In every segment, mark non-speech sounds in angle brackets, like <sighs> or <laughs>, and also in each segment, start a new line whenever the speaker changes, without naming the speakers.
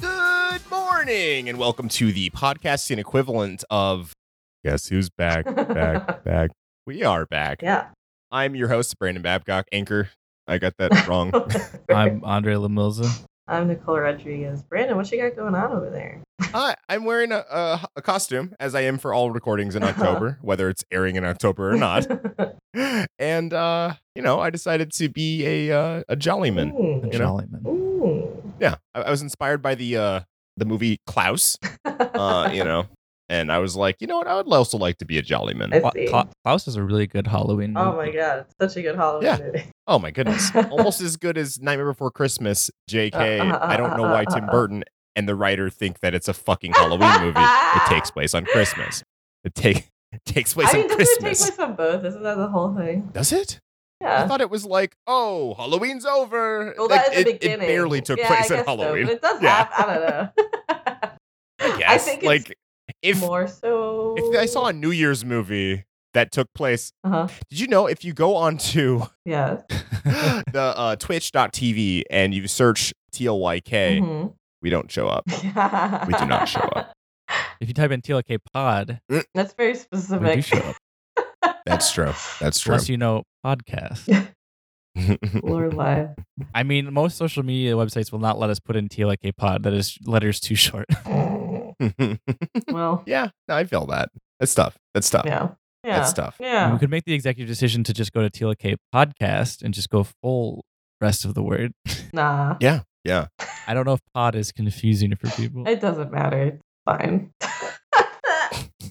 Good morning, and welcome to the podcasting equivalent of Guess Who's Back, Back, Back. We are back. <laughs>
Yeah.
I'm your host, Brandon Babcock, anchor. I got that wrong.
I'm Andre Lamilza.
<laughs> I'm Nicole Rodriguez. Brandon, what you got going on over there?
Hi, I'm wearing a, a, a costume, as I am for all recordings in October, whether it's airing in October or
<laughs>
not. And, uh, you know, I decided to be a, uh, a jollyman.
Mm.
You know?
Jollyman.
Mm.
Yeah, I, I was inspired by the, uh, the movie Klaus,
<laughs>
uh, you know, and I was like, you know what? I would also like to be a jollyman.
I
Cla-
see.
Cla- Klaus is a really good Halloween.
oh
movie.
my god, it's such a good Halloween
Yeah.
movie.
Oh my goodness. Almost as good as Nightmare Before
<laughs> Uh,
Christmas, JK. I don't know why Tim Burton and the writer think that it's a fucking Halloween movie. It
<laughs>
takes place on Christmas. It take <laughs> it takes place
I mean,
on
doesn't it
Christmas.
take place on both? Isn't that the whole thing?
Does it? I
Yeah.
thought it was like, oh, Halloween's over.
Well,
Like,
that is the
it,
beginning.
It barely took
Yeah,
place
I
on
guess so,
Halloween. <laughs>
but it does.
Yeah.
Have, I <laughs> don't know.
yes.
think it's
like if
more so.
if I saw a New Year's movie that took place,
Uh-huh.
did you know if you go onto
Yeah.
<laughs> the uh, twitch.tv and you search TLYK,
Mhm.
we don't show up. We do not show up.
<laughs> If you type in TLK Pod,
<laughs> That's very
we do
specific.
show <laughs> up.
That's true. That's true.
Unless you know
<laughs>
podcast.
Lord
<laughs>
live.
I mean, most social media websites will not let us put in TLK Pod. That is letters too short. <laughs>
well,
<laughs> yeah, no, I feel that. That's tough. That's tough.
yeah. Yeah.
That's tough.
We
Yeah.
could make the executive decision to just go to TLK Podcast and just go full rest of the word.
Nah.
Yeah, yeah.
I don't know if pod is confusing for people.
It doesn't matter. It's fine.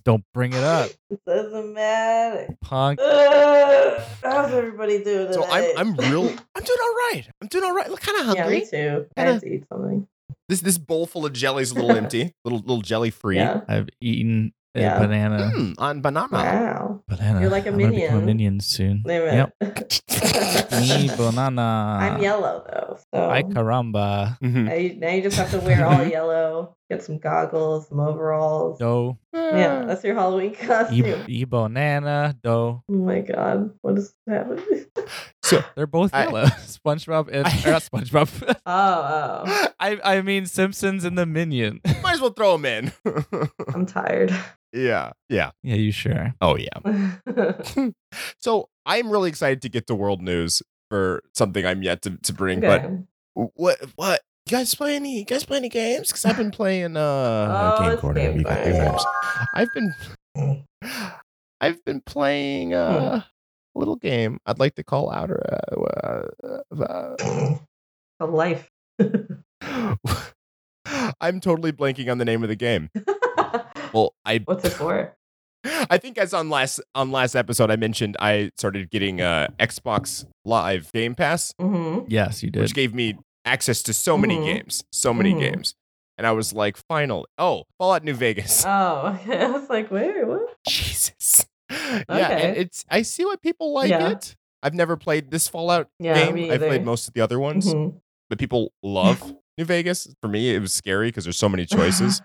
Don't bring
<laughs>
it up.
it doesn't <laughs> matter.
Punk.
Ugh, how's everybody doing?
So I'm
tonight?
I'm
<laughs>
real. I'm doing all right. I'm doing all right. Look, kind of <laughs>
yeah,
hungry.
me too. I had to eat something.
this this bowl full of jelly's
<laughs>
a little empty. Little little jelly free.
Yeah.
I've eaten a
Yeah.
banana.
Mm, on banana.
Wow.
Banana.
You're like a
I'm gonna
minion.
become a
<laughs>
minion soon.
Wait a
Yep.
minute. <laughs>
Me banana.
uh,
I'm yellow though, so
Ay caramba.
Mhm.
now you, now you just have to wear
<laughs>
all yellow. Get some goggles, some overalls.
Do
Eh,
Yeah, <laughs> that's your Halloween
e,
costume.
e banana do.
Oh my god, what is happening? <laughs> oh,
So
They're both
I-
yellow. <laughs> SpongeBob and
I-
or not
<laughs>
SpongeBob. <laughs>
oh,
I I mean Simpsons and the Minion. <laughs>
might as well throw them in. <laughs>
I'm tired.
yeah, yeah.
yeah, you sure?
Oh yeah.
<laughs> okay.
So I'm really excited to get to world news for something I'm yet to, to bring. But what what you guys play any you guys play any games? Because
<laughs>
I've been playing uh
Oh, it's Game
You got
Corner.
games. I've been <sighs> I've been playing
Hmm.
uh, a little game. I'd like to call out or uh, uh,
Of life.
uh, <laughs> I'm totally blanking on the name of the game. Well, I
<laughs> What's it for?
I think as on last on last episode I mentioned I started getting uh Xbox Live Game Pass.
Mm-hmm.
Yes, you did.
which gave me access to so many
Mhm.
games, so many
Mhm.
games. And I was like, finally, oh, Fallout New Vegas.
Oh, <laughs> okay. I was like, wait, what?
<laughs> Jesus. <laughs> Yeah, and
Okay.
it's I see why people like
Yeah.
it. I've never played this Fallout
Yeah,
game.
me
I've played
either.
most of the other ones,
Mhm.
but
<laughs>
people love New Vegas. For me, it was scary because there's so many
<laughs>
choices.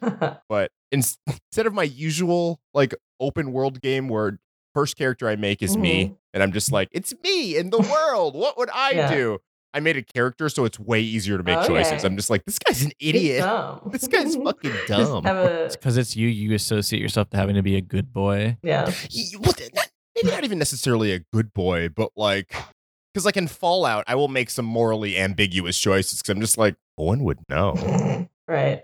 but in, <laughs> instead of my usual like open world game where first character I make is
Mm-hmm.
me, and I'm
<laughs>
just like, it's me in the world. What would I
Yeah.
do? I made a character, so it's way easier to make choices.
Okay.
I'm just like, this guy's an
He's
idiot.
dumb.
<laughs> This
<laughs>
guy's fucking
Just
dumb.
have a-
<laughs>
It's because it's you. You associate yourself to having to be a good boy.
yeah. <laughs>
He- well, th- not- maybe not even necessarily a good boy, but like, because like in Fallout, I will make some morally ambiguous choices because I'm just like, no one would know.
right.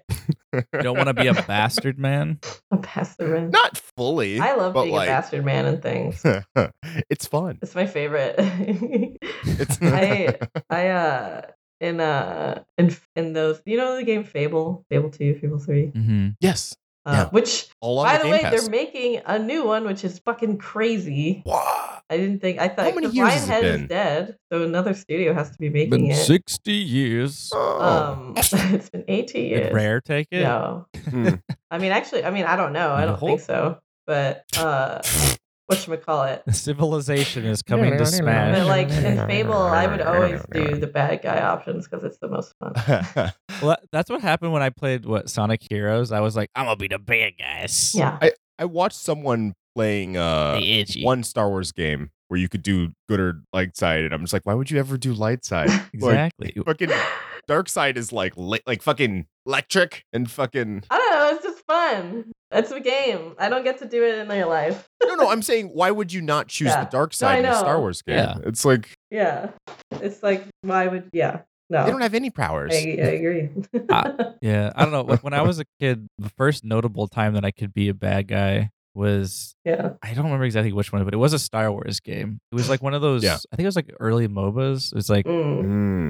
You don't want
<laughs>
to be a bastard man.
I'll pass the rim.
Not fully.
I love
but
being
like-
a bastard man and things.
<laughs> it's fun.
It's my favorite. <laughs>
It's
I I uh in uh in in those you know the game Fable Fable two Fable three
Mm-hmm.
<laughs> yes.
Uh,
Yeah.
Which,
All on
by
the,
the,
Game
way,
Pass.
they're making a new one, which is fucking crazy. <laughs>
Wah.
I didn't think. I thought
How many
'cause
years
Lionhead
has it been?
is dead, so another studio has to be making
Been
it.
60 years.
Um, <laughs> it's been eighteen years.
Did Rare take it?
No,
Hmm.
I mean, actually, I mean, I don't know. I don't
No.
think so. But uh, what should we call
<laughs>
it?
<laughs>
<laughs>
Civilization is coming to Smash.
But
<laughs>
like in Fable, I would always do the bad guy options because it's the most
<laughs>
fun.
Well, that- that's what happened when I played what Sonic Heroes. I was like, I'm gonna be the bad guys.
Yeah.
<laughs> I watched someone playing uh
the itchy.
one Star Wars game where you could do good or light side, and I'm just like, why would you ever do light
<laughs>
side? Like,
exactly.
fucking dark side is like li- like fucking electric and
<laughs>
fucking
I don't know. It's just fun. It's a game. I don't get to do it in real life.
no no. I'm saying why would you not choose
Yeah.
the dark side
I
in a
know.
Star Wars game?
Yeah.
It's like
Yeah. It's like why would yeah no.
they don't have any powers.
I, I agree. <laughs>
yeah, I don't know. Like, when I was a kid, the first notable time that I could be a bad guy was
yeah.
I don't remember exactly which one, but it was a Star Wars game. It was like one of those.
Yeah.
I think it was like early MOBAs. It's like
Mm.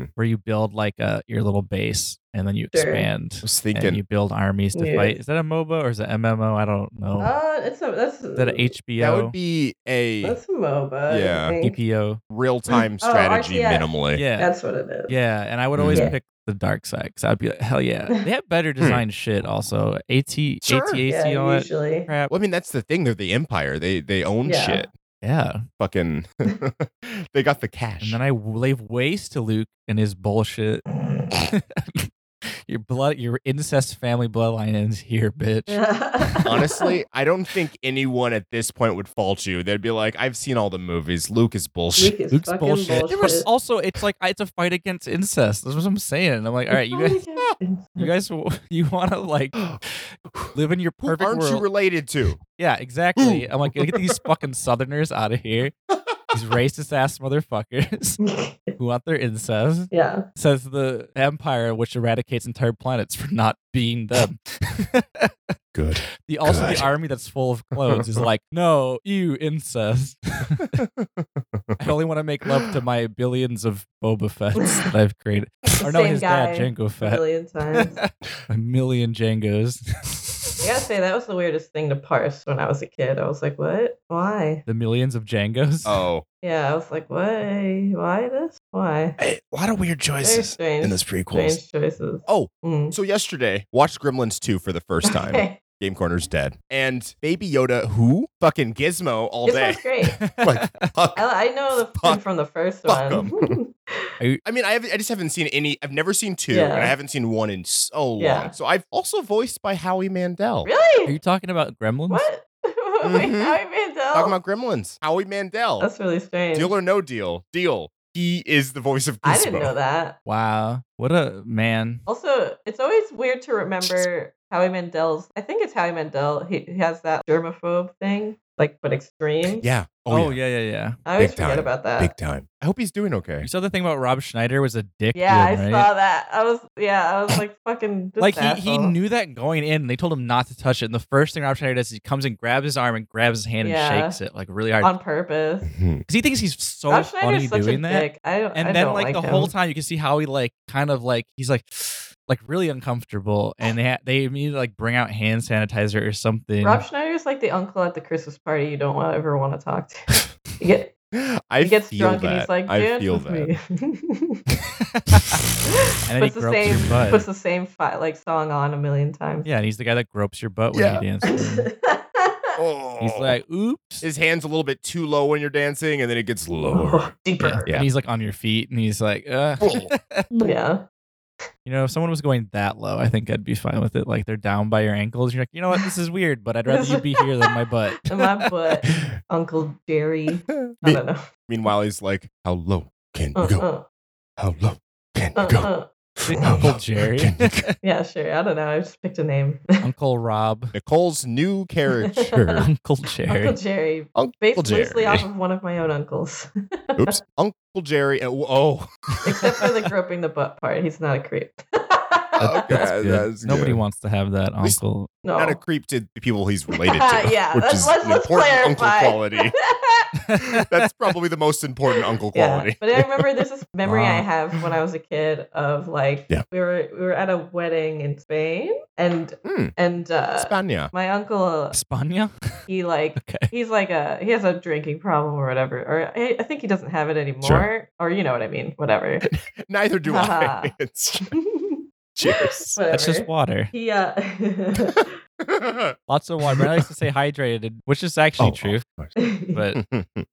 Mm,
where you build like a your little base and then you
Sure.
I
expand
was
and
thinking
you build armies to
Yeah.
fight. Is that a MOBA or is it MMO? I don't know.
Uh, it's a that's
is that
that
an HBO?
would be a
that's a MOBA.
Yeah.
I think.
EPO.
real time
<laughs> Oh,
strategy
RTS.
minimally.
E Yeah.
That's what it is.
uh, Yeah, and I would always
Yeah. Hmm.
pick the dark side because I'd be like, hell yeah, they
<laughs>
have better design shit. Also, AT,
Sure.
ATAC,
Yeah,
all that
usually.
crap.
Well, I mean that's the thing. They're the empire. They they own
Yeah.
shit.
Yeah,
Fucking,
<laughs>
<laughs> they got the cash.
and then I w- lay waste to Luke and
<laughs>
his bullshit. your blood, your incest family bloodline ends here, bitch.
<laughs>
Honestly, I don't think anyone at this point would fault you. They'd be like, I've seen all the movies. Luke is bullshit.
Luke is
Luke's
fucking
bullshit.
bullshit.
There was also, it's like it's a fight against incest. That's what I'm saying. I'm like, all right, you guys,
<laughs>
you guys, w- <laughs> you want to like live in your
<laughs> Who
perfect
aren't
world?
you related to?
Yeah, exactly. I'm like, get these fucking Southerners out of here.
<laughs>
These racist ass motherfuckers <laughs>
guys.
who want their incest.
yeah.
Says the empire which eradicates entire planets for not being them.
Good.
the also
Good.
the army that's full of clones is like, no, you incest. <laughs> I only want to make love to my billions of Boba Fett's that I've
<laughs>
created.
The
Or no,
same
his
guy
dad, Jango
a
Fett.
million
<laughs>
times.
a million Jangos.
<laughs> I gotta say that was the weirdest thing to parse when I was a kid. I was like, "What? Why?"
the millions of Jangos. <laughs>
Oh,
Yeah, I was like, "Why? Why this? Why?"
a lot of weird
Very strange, strange choices.
Oh,
Mm.
so yesterday, watched Gremlins 2 for the first time.
Okay.
Game Corner's dead. And Baby Yoda, who? Fucking Gizmo all
This
day.
one's great.
Like, fuck.
I, I know the
Fuck-
fuck, from the first
fuck
one.
I mean, I, have, I just haven't seen any. I've never seen two,
Yeah.
and I haven't seen one in so
Yeah.
long. So I've also voiced by Howie Mandel.
<laughs>
Are
really?
you talking about Gremlins?
what? <laughs> Wait,
Mhm.
Howie Mandel?
Talking about Gremlins. Howie
Oh.
Mandel.
Oh. That's really strange.
Deal or no deal. Deal. He is the voice of Gizmo.
I didn't know that.
Wow. What a man.
Also, it's always weird to remember Howie Mandel's. I think it's Howie Mandel. He, he has that germaphobe thing, like but extreme.
Yeah.
Oh, yeah. yeah, yeah,
I always
big
forget
time,
about that. <laughs>
Big time. I hope he's doing okay.
You saw the thing about Rob Schneider was a dick.
Yeah,
dude,
I
right?
saw that. I was yeah, I was like fucking this
<laughs> Like he, he
asshole.
knew that going in, and they told him not to touch it. And the first thing Rob Schneider does is he comes and grabs his arm and grabs his hand
Yeah. Um,
and shakes it like really hard
on purpose.
because he thinks he's so
Rob
funny
Schneider's such
doing
a
that.
dick. I don't.
And
I
then
don't
like,
like,
the whole
him.
time, you can see how he like kind of like he's like <sighs> like really uncomfortable, and they ha- they immediately like bring out hand sanitizer or something.
Rob Schneider's like the uncle at the Christmas party you don't wa- ever want to talk
<laughs>
to. You get
<laughs> I
he gets
feel
drunk
that.
and he's like,
I
dance
feel
with
that.
<laughs> me.
and then he
puts the
gropes your
same
butt.
puts the same fi- like song on a million <laughs> times.
yeah, and he's the guy that gropes your butt
Yeah.
when you dance.
Oh.
<laughs>
He's like, oops.
his hand's a little bit too low when you're dancing, and then it gets lower.
<laughs>
Oh.
Oh, deeper.
Yeah.
And he's like on your feet and he's like, uh.
Yeah.
you know, if someone was going that low, I think I'd be fine with it. Like they're down by your ankles. You're like, you know what? This is weird, but I'd rather you be here than my butt.
In <laughs> my butt, Uncle
<laughs>
Jerry. I
Me-
don't know.
meanwhile, he's like, "How low can
Uh,
you go?
uh,
How low can
uh,
you go?
uh.
How
Uncle
low
Jerry.
can you
<laughs>
go?"
Yeah, sure. I don't know. I just picked a name.
<laughs> Uncle Rob.
Nicole's new character.
<laughs> Uncle Jerry.
Uncle Jerry. Based
Uncle
loosely
Jerry.
off of one of my own uncles. <laughs>
Oops. Uncle Jerry. Oh.
Except for the groping the butt part. He's not a creep. <laughs>
That- that's
Okay,
good.
that's
Nobody
good.
wants to have that
least-
uncle.
No.
Not a creep to the people
<laughs>
he's related to.
yeah,
which
let's,
is
let's,
an
let's
important
clarify.
uncle
<laughs>
quality. <laughs>
<laughs>
That's probably the most important uncle
Yeah, <laughs>
quality.
but I remember there's this memory I
Wow.
have when I was a kid of like
Yeah.
we were we were at a wedding in Spain and
Hmm.
and uh,
Spania.
my uncle
Spania.
he like
Okay.
he's like a he has a drinking problem or whatever or I, I think he doesn't have it anymore or you know what I mean whatever. <laughs>
Neither do I. <laughs>
Haha.
It's-
<laughs>
cheers. <laughs>
whatever.
That's just water.
he uh <laughs>
Actually
Lots of water. But I like to say hydrated, which is
Oh.
actually true. <laughs>
<laughs>
But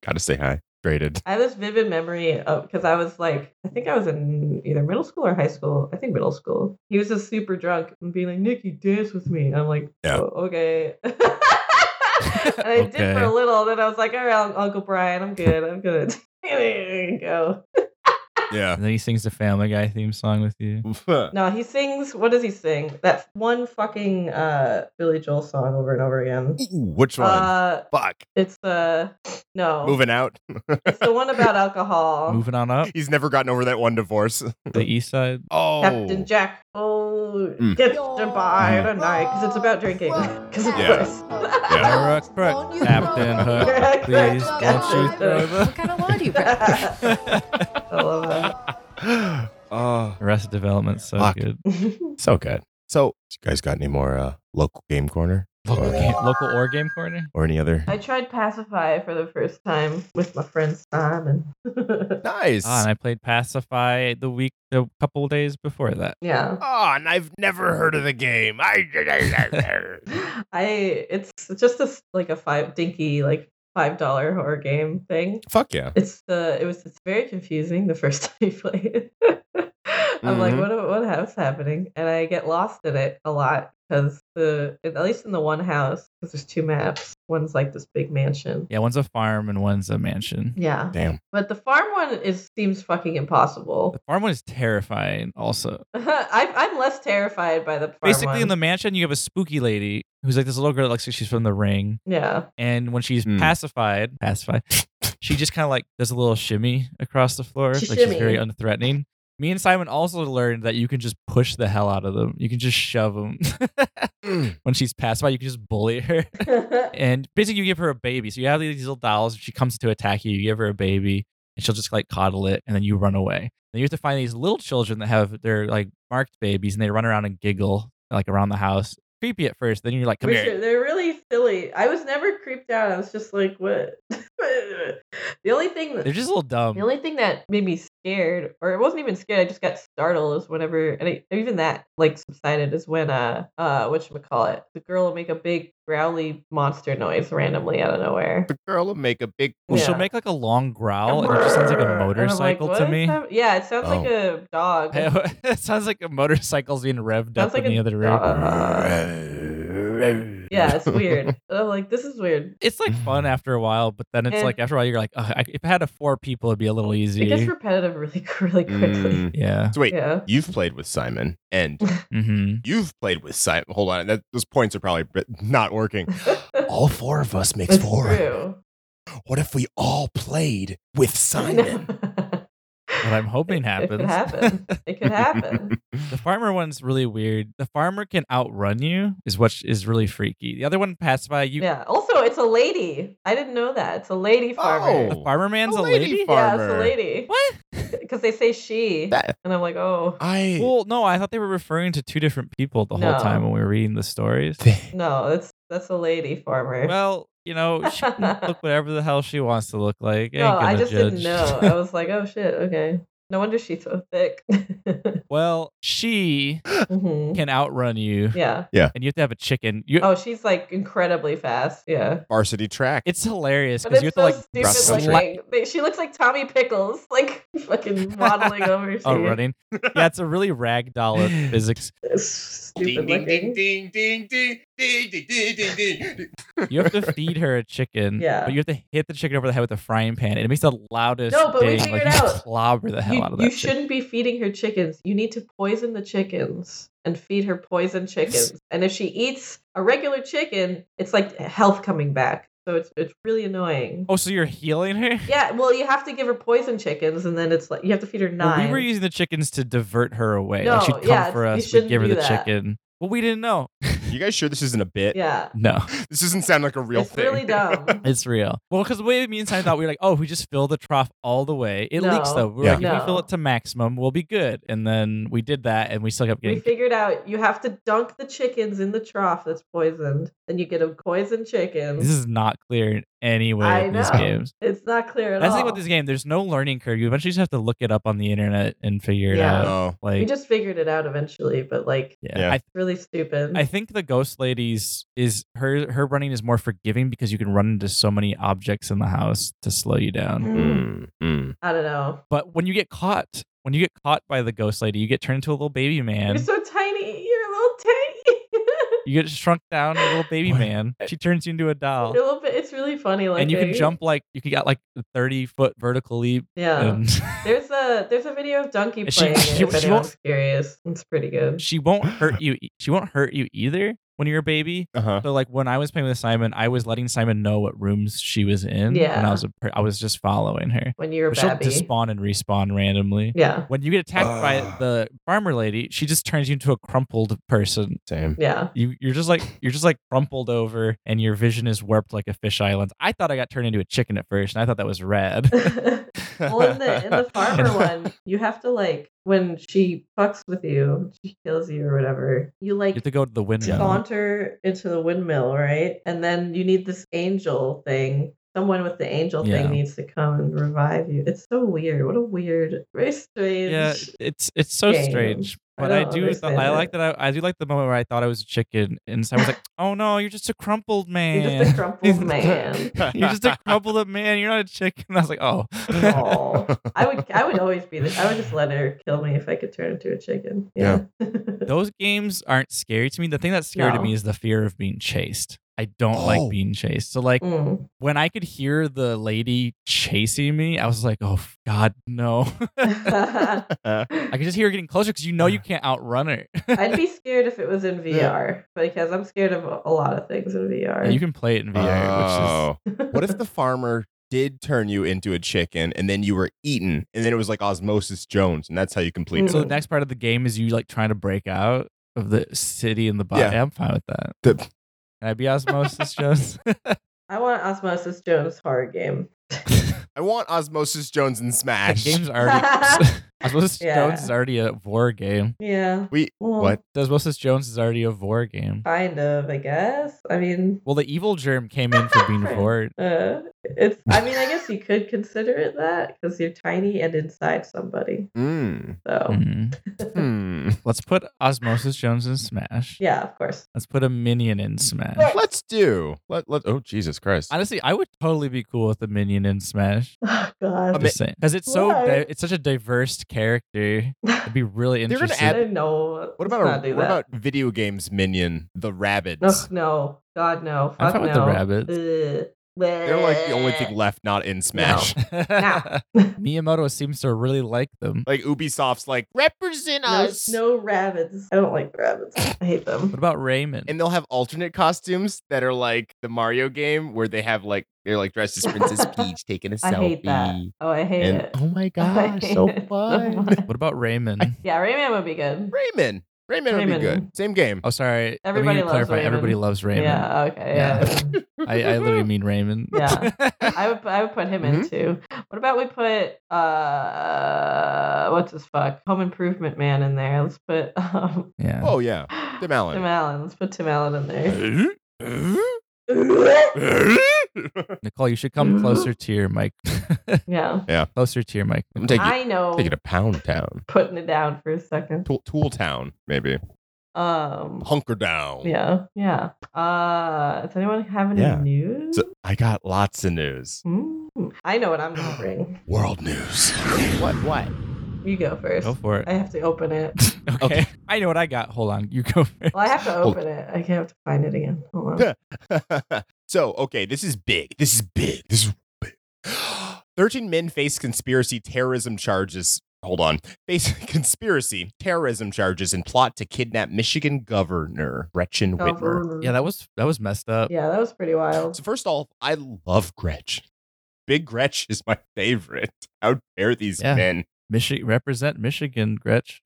Gotta stay hydrated.
I have this vivid memory of because I was like, I think I was in either middle school or high school. I think middle school. He was just super drunk and being like, "Nick, you dance with me." And I'm like,
Yeah.
"Oh, okay. <laughs> and I did for
Okay.
a little. Then I was like, all right, Uncle Brian, I'm good. I'm good. <laughs> go.
<laughs> Yeah.
and then he sings the Family Guy theme song with you.
No, he sings, what does he sing? That one fucking uh, Billy Joel song over and over again.
which one?
Uh,
Fuck.
it's uh, no.
Moving out.
It's the
<laughs>
one about alcohol.
Moving on up
He's never gotten over that one divorce. <laughs>
the East Side.
Oh.
Captain Jack. Oh,
Mm.
get the bar tonight because it's about drinking. <laughs> Because of
Yeah.
course.
Sarah Crook, Captain
<laughs>
Hook, please don't you throw the.
What kind of law do you practice?
I love that.
<gasps>
oh.
<laughs> Arrested Development, so
Fuck.
good.
So good. So, you guys got any more uh, local game corner
Local, game, local or game corner.
or any other?
<laughs> I tried Pacify for the first time with my friend Simon. <laughs>
Nice.
Ah, and I played Pacify the week, the couple days before that.
yeah.
Oh, and I've never heard of the game. I <laughs>
I it's just a s- like a five dinky like five dollar horror game thing.
fuck yeah.
It's the it was it's very confusing the first <laughs> time you play it. I'm like,
Mm-hmm.
Mhm.
what what house happening? And I get lost in it a lot because the at least in the one house because there's two maps. One's like this big mansion.
Yeah, one's a farm and one's a mansion.
Yeah,
Damn.
but the farm one is seems fucking impossible. <laughs>
The farm one is terrifying. Also,
I'm I'm less terrified by the farm
basically
one.
in the mansion, you have a spooky lady who's like this little girl that looks like she's from The Ring, <laughs>
yeah <laughs>
and when she's
Hmm.
pacified, pacified, she just kind of like does a little shimmy across the floor.
She
like she's very
shimmy.
unthreatening. Me and Simon also learned that you can just push the hell out of them. You can just shove them.
Mm.
<laughs> when she's pacified, you can just bully her. and basically you give her a baby. So you have these little dolls. If she comes to attack you, you give her a baby, and she'll just like coddle it, and then you run away. Then you have to find these little children that have their like marked babies, and they run around and giggle like around the house. Creepy at first. Then you're like, come
Which
here.
are- they're really silly. I was never creeped out. I was just like, what? <laughs> the only thing that
They're just a little dumb.
The only thing that made me scared, or it wasn't even scared, I just got startled. Is whenever, and I, even that like subsided, is when uh uh what call it? The girl will make a big growly monster noise randomly out of nowhere.
The girl will make a big.
Well,
Yeah.
She'll make like a long growl, and it just sounds like
And
a
I'm like,
motorcycle to
"What
me. <laughs> Oh.
is hap- Yeah, it sounds like a dog.
it <laughs> sounds like a motorcycle's being revved
Sounds
up
like
in the
a
other
<laughs>
room.
dog. Uh-huh. yeah, it's weird. <laughs> And I'm like, this is weird.
It's like fun after a while, but then it's
And-
like after a while you're like, "Ugh, I, if I had a four people, it'd be a little
It gets
easier.
repetitive really, really <laughs> quickly.
Mm.
Yeah.
So wait,
<gasps>
Yeah.
you've played with Simon, and
Mm-hmm.
you've played with Simon. Hold on, that, those points are probably b- not working.
it's
All four of us makes four.
true.
What if we all played
<laughs>
with Simon?
What I'm hoping
It- It
happens.
could happen.
<laughs>
It could happen.
The farmer one's really weird. The farmer can outrun you, is what is really freaky. The other one passed by <laughs> you.
Yeah. Also, it's a lady. I didn't know that. It's a lady farmer.
Oh.
Farmer man's
A
a
lady
lady.
farm-
<laughs> yeah, it's
farmer.
a lady. <laughs>
What?
Because they say she,
That-
and I'm like, oh
I
Well, no, I thought they were referring to two different people the
No.
whole time when we were reading the stories.
no, that's that's a lady farmer.
Well,
<laughs>
you know, she can look whatever the hell she wants to look like. Ain't
no, I
gonna
just
judge.
didn't know. I was like, oh shit, okay. No wonder she's so thick.
<laughs>
<laughs>
well, she
Mhm.
can outrun you,
Yeah.
and you have to have a chicken. You,
Oh, she's like incredibly fast. Yeah.
varsity track.
It's hilarious
But
because
it's
you have to
so
like
cross
stupid.
country.
Like, like they, she looks like Tommy Pickles, <laughs> like fucking
<laughs>
waddling over.
oh,
to you.
running. Yeah, it's a really <laughs> ragdoll of physics.
It's stupid looking.
ding ding ding ding ding ding ding ding. ding.
You have to
<laughs>
feed her a chicken,
Yeah.
but you have to hit the chicken over the head with a frying pan, and it makes the loudest
No, but we
ding.
figured
like you
out.
clobber the hell
you,
out of that.
you
thing.
shouldn't be feeding her chickens. You need to poison the chickens and feed her poison chickens. And if she eats a regular chicken, it's like health coming back. so it's it's really annoying.
Oh, so you're healing her?
Yeah, well, you have to give her poison chickens, and then it's like you have to feed her
Well,
nine.
we were using the chickens to divert her away.
No,
like she'd come
yeah,
for
you
us, we'd
shouldn't
give her
do
the
that.
chicken. Well, we didn't know.
You guys sure this isn't a bit?
yeah,
No,
This doesn't sound like a real
it's
thing.
really dumb.
<laughs> it's real. Well, because the way me and Simon thought, we were like, oh, if we just fill the trough all the way. It leaks
No.
though. We were
Yeah.
like, if we fill
No.
it to maximum, we'll be good. And then we did that, and we still kept
we
getting.
figured out you have to dunk the chickens in the trough that's poisoned, then you get a poisoned chicken.
This is not clear in any way
I
in these
know.
games.
it's not clear at
That's the
all.
thing about this game. There's no learning curve. You eventually just have to look it up on the internet and figure it
Yeah.
out.
<laughs> No.
Like,
we just figured it out eventually, but like
yeah.
Yeah.
I,
it's really stupid.
I think the ghost ladies is her her running is more forgiving because you can run into so many objects in the house to slow you down.
Mm, I don't know.
But when you get caught, when you get caught by the ghost lady, you get turned into a little baby man.
You're so tiny. You're a little tiny. <laughs>
you get shrunk down to a little baby
What?
man. She turns you into a
You're a
doll.
little bit. It's really funny. Like
and you can
eh?
jump like you can get like a 30 foot vertical leap
Yeah.
and <laughs>
There's a there's a video of Donkey
She-
playing.
<laughs> she-
it, if
she
anyone's
won't-
curious, it's pretty good.
she won't hurt you e- she won't hurt you either when you're a baby
Uh huh.
So like when I was playing with Simon, I was letting Simon know what rooms she was in. And I
Yeah.
was a, per- I was just following her.
When you're a
But she'll
baby.
just spawn and respawn randomly.
Yeah,
When you get attacked by
Ugh.
the farmer lady, she just turns you into a crumpled person.
Same.
yeah. <laughs>
You you're just like you're just like crumpled over and your vision is warped like a fish island. I thought I got turned into a chicken at first and I thought that was red.
well, in the in
<laughs>
the farmer one, you have to like when she fucks with you, she kills you or whatever. You
you
like
have to go to the window.
saunter into the windmill, right? And then you need this angel thing. Someone with the angel
Yeah.
thing needs to come and revive you. It's so weird. What a weird, very strange.
Yeah, it's it's so
game.
strange.
I
But I,
don't
do th-
understand
I
it.
like that I, I do like the moment where I thought I was a chicken and Simon was
<laughs>
like, Oh no, you're just a crumpled man. <laughs>
You're just a crumpled man.
<laughs>
<laughs>
You're just a crumpled up man. You're not a chicken. I was
<laughs>
like, oh.
Aw. I would I
<laughs>
would always be this. I would just let her kill me if I could turn into a chicken. Yeah. <laughs>
Those games aren't scary to me. The thing that's scary to
No.
me is the fear of being chased. I don't
Oh.
like being chased. So like
Mm.
when I could hear the lady chasing me, I was like, oh f- God, no. <laughs> <laughs> I could just hear her getting closer because
<sighs>
you know you can't outrun her.
I'd be scared if it was in VR because I'm scared of a- a lot of things in VR.
you can play it in VR, which
<laughs>
is
Oh. What if the farmer did turn you into a chicken and then you were eaten and then it was like Osmosis Jones and that's how you
Mm.
complete
so
it?
the next part of the game is you like trying to break out of the city and the body.
Yeah.
I'm fine with that.
The-
Can I be Osmosis Jones?
I want an Osmosis Jones horror game.
I want Osmosis Jones and
That
Smash.
<laughs> game's already. Osmosis
Yeah.
Jones is already a vor game.
Yeah.
We
Well,
what?
Osmosis Jones is already a vor game.
Kind of, I guess. I mean,
Well, the evil germ came in for being vor.
uh, it's. I mean, I guess you could consider it that because you're tiny and inside somebody.
Mm.
So
Mhm.
Hmm.
Let's put Osmosis Jones in Smash.
yeah, of course. <laughs>
Let's put a minion in Smash.
Let's do. Let let. Oh Jesus Christ!
Honestly, I would totally be cool with a minion in Smash.
Oh
I
God.
mean-
Because it's so
Why?
di- it's such a diverse character. It'd be really
They're gonna
interesting.
I
add-
don't know.
What
Let's
about a,
not
what
do that.
about video games minion the rabbits?
Ugh, no, God, no. Fuck
I'm fine
no.
with the rabbits.
Ugh.
They're like the only thing left not in Smash.
<laughs> Nah.
<laughs> Miyamoto seems to really like them.
Like Ubisoft's like represent
No,
us,
no rabbits. I don't like rabbits. I hate
What
them.
about Raymond?
and they'll have alternate costumes that are like the Mario game where they have like they're like dressed as
<laughs>
Princess Peach taking a
I
selfie.
hate that. Oh, I hate
And
it.
oh my
<laughs> I
gosh,
hate
so
it so
fun!
much.
what about Raymond?
Yeah, Rayman would be good.
Raymond, Raymond would be
Raymond.
good. Same game.
Oh, sorry. Let me
Everybody loves
clarify. Everybody
Raymond.
loves Raymond.
Yeah. Okay.
Yeah.
Yeah.
I, I
<laughs>
literally mean Raymond.
Yeah. I would. I would put him
Mhm.
in too. What about we put uh, what's his fuck Home Improvement Man in there? Let's put <laughs> um,
<laughs> yeah.
Oh yeah, Tim Allen.
Tim Allen. Let's put Tim Allen in there.
Nicole, you
<laughs>
should come closer to your mic. <laughs>
yeah.
closer to your mic.
I'm taking
I know.
taking a pound town,
Putting it down for a second.
tool, tool town, maybe
Um.
hunker down.
Yeah. Yeah. Uh. Does anyone have any
Yeah.
news?
So I got lots of news.
Mm, I know what I'm
<sighs>
gonna bring.
World news. What? What?
You go first.
Go for it.
I have to
<laughs>
open it.
okay. <laughs> I know what I got. Hold on. You go <laughs> first.
Well, I have to
Hold-
open it. I have to find it again. Hold on.
<laughs> so, okay, this is big. <gasps> This is big. This is big. 13 men face <laughs> conspiracy terrorism charges hold on. Basic conspiracy, terrorism charges, and plot to kidnap Michigan governor Gretchen Whitmer.
Governor.
Yeah, that was that was messed up.
yeah, that was pretty wild.
So first off, I love Gretchen. Big Gretch is my favorite. How dare these
Yeah.
men?
Michi- represent Michigan,
<laughs>
Gretch.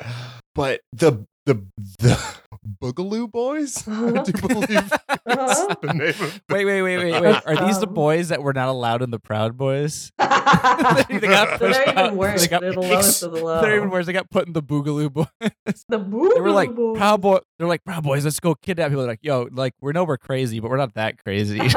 But the the the Boogaloo Boys. <laughs> I
<laughs>
do believe that's
Uh-huh.
the name of
Wait, wait, wait, wait, wait. Are these the
Um,
boys that were not allowed in the Proud Boys? <laughs>
so
they
<laughs>
got
they're
pushed
even
out.
worse.
They got <laughs>
they're the
ex-
lowest of the low.
They're even worse. They got put in the Boogaloo Boys.
The boo.
<laughs> They were like
boo. <laughs>
Proud Boy. They're like Proud Boys. Let's go kidnap people. They're like, yo, like we know we're crazy, but we're not
<laughs>
that crazy. <laughs>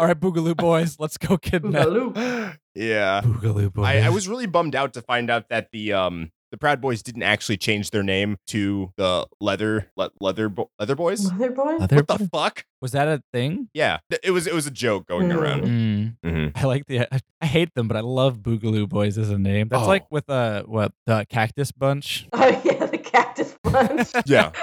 All right, Boogaloo Boys, let's go kidnap
Boogaloo.
Yeah.
<laughs> Boogaloo Boys.
I, I was really bummed out to find out that the um the Proud Boys didn't actually change their name to the Leather le- Leather Bo- Leather Boys.
Mother boy.
Other-
What the fuck?
was that a thing?
Yeah, Th- it was it was a joke going
Mm.
around.
Mm.
Mhm.
I like the. I, I hate them, but I love Boogaloo Boys as a name. That's
Oh.
like with uh, what the Cactus Bunch.
<laughs> Oh yeah, the
<laughs>
cactus bunch.
Yeah.
<laughs>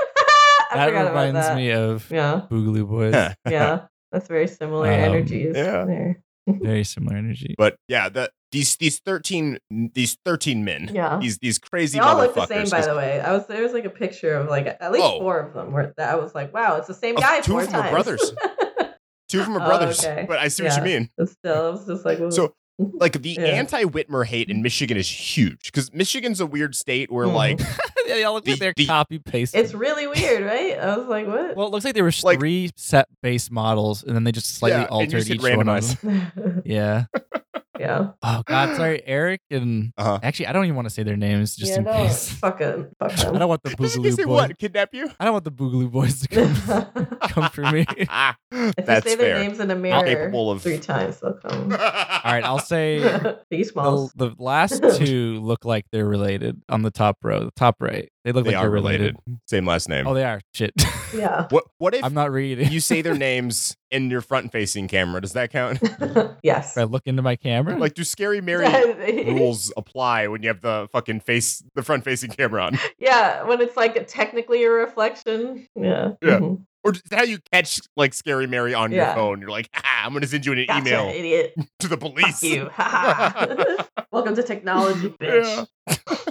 I
that
forgot
reminds
about that.
me of
Yeah,
Boogaloo Boys.
yeah.
<laughs>
That's very similar
Um,
energies
yeah.
there.
Very similar
<laughs>
energy.
But yeah, that these these thirteen these thirteen men.
Yeah.
These these crazy
They all
motherfuckers.
look the same, by the way. I was there was like a picture of like at least
Oh.
four of them where that I was like, wow, it's the same
Oh,
guy
two
four
of them are
times. <laughs>
brothers. Two of them are
Oh,
brothers.
okay.
But I see
Yeah.
what you mean.
but still, it was just like,
So like the
Yeah.
anti Whitmer hate in Michigan is huge because Michigan's a weird state where
Mhm.
like <laughs>
they all look like
The-
they're
the-
copy pasted.
it's really weird, right? I was like, what?
well, it looks like there were
Like-
three set base models, and then they just slightly
Yeah, and you
altered
said
each one. Of
randomize.
them. Yeah.
<laughs> yeah.
Oh
<laughs>
God, sorry, Eric and
uh-huh.
actually, I don't even want to say their names just
yeah,
in
no,
case.
<laughs> Fuck it. Fuck
<laughs>
<laughs>
I don't want the
They
Boogaloo
say
Boys.
what? Kidnap you? <laughs>
I don't want the Boogaloo Boys to come,
<laughs> them.
come for me.
Ah,
if
That's
you say their
fair. <laughs>
names in a mirror
capable of-
three times, they'll come.
All right,
<laughs>
I'll say
These
the,
malls.
the
<laughs>
last two look like they're related on the top row, the top right. They look
They
like
are
they're
related. Same last name.
Oh, they are.
<laughs>
Shit.
Yeah. <laughs>
what what if
I'm not reading.
you
<laughs>
say their names in your front facing camera? Does that
<laughs>
count?
yes.
If I look into my camera.
like do scary
<laughs>
Mary rules apply when you have the fucking face the front facing camera on?
Yeah, when it's like technically a reflection. Yeah.
Yeah.
Mhm.
Or is that how you catch like scary Mary on
Yeah.
your phone? You're like, ah, I'm gonna send you an
Gotcha,
email <laughs>
idiot.
to the
Fuck
police.
you. Ha, ha.
<laughs>
<laughs> Welcome to technology,
Yeah.
bitch.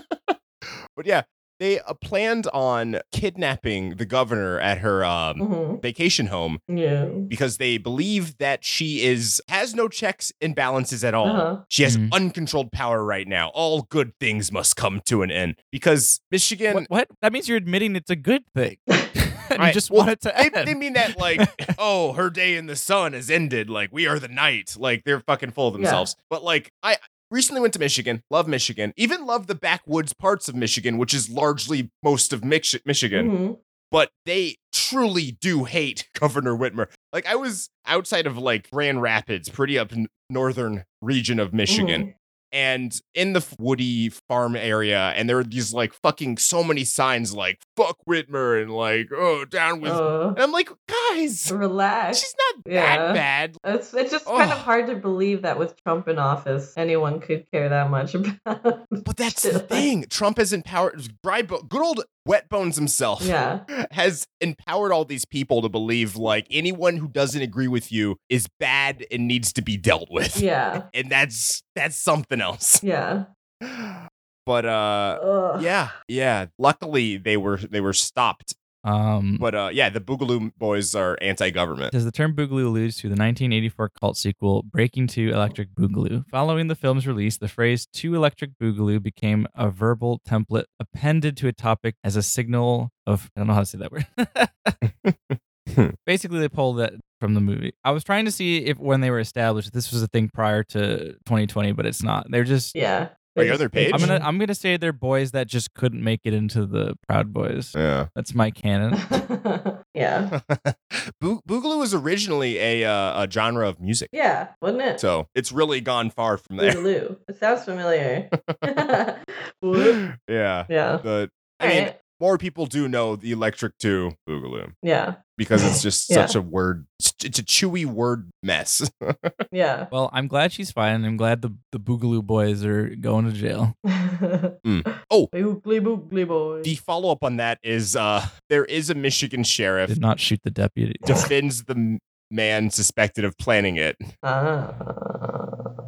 but yeah, they uh, planned on kidnapping the governor at her um,
Mhm.
vacation home
Yeah.
because they believe that she is has no checks and balances at all.
Uh-huh.
She has
Mhm.
uncontrolled power right now. All good things must come to an end because Michigan.
what, what? That means you're admitting it's a good
<laughs>
thing. <laughs> and you
Right,
just
well,
want it to
They,
end.
they mean that like, oh, her day in the sun has ended. Like we are the night. Like they're fucking full of
Yeah.
themselves. But like I recently went to Michigan. Love Michigan. Even love the backwoods parts of Michigan, which is largely most of Mich- Michigan.
Mhm.
But they truly do hate <laughs> Governor Whitmer. Like I was outside of like Grand Rapids, pretty up in northern region of Michigan
Mhm.
and in the woody farm area and there were these like fucking so many signs like fuck whitmer and like oh down with
Uh,
and <laughs> i'm like guys
relax.
she's Oh. not
Yeah.
that bad
It's, it's just kind of
Ugh.
hard to believe that with Trump in office, anyone could care that much <laughs> about.
but that's
<laughs>
the thing trump has empowered bribe good old wet bones himself
yeah.
has empowered all these people to believe like anyone who doesn't agree with you is bad and needs to be dealt with
Yeah.
and that's that's something else <sighs>
Yeah.
but uh
Ugh.
yeah yeah luckily they were they were stopped
um,
But uh, yeah, the Boogaloo Boys are anti-government.
Does the term Boogaloo alludes to the 1984 cult sequel Breaking Two Electric Boogaloo? Following the film's release, the phrase Two Electric Boogaloo became a verbal template appended to a topic as a signal of, I don't know how to say that word. <laughs> Basically, they pulled that from the movie. I was trying to see if when they were established, this was a thing prior to 2020, but it's not. They're just.
Yeah.
Are you
They're
other
just big.
page?
I'm gonna I'm gonna say they're boys that just couldn't make it into the Proud Boys.
Yeah.
That's my canon.
<laughs> yeah.
<laughs> Boo- Boogaloo was originally a uh, a genre of music,
Yeah. Wouldn't it?
so it's really gone far from there.
Boogaloo. It sounds
<laughs>
familiar. Boo-
yeah.
yeah.
The I mean,
Alright.
more people do know the Electric Two Boogaloo
Yeah.
because it's just
<laughs> Yeah. Mm-hmm.
such a word. It's, it's a chewy word mess.
Yeah.
Well, I'm glad she's fine. and I'm glad the, the Boogaloo boys are going to jail.
<laughs>
Oh.
Boogly boogly boy.
the follow up on that is uh, there is a Michigan sheriff
Did not shoot the deputy.
defends the m- man suspected
<laughs>
of planning it
Ah,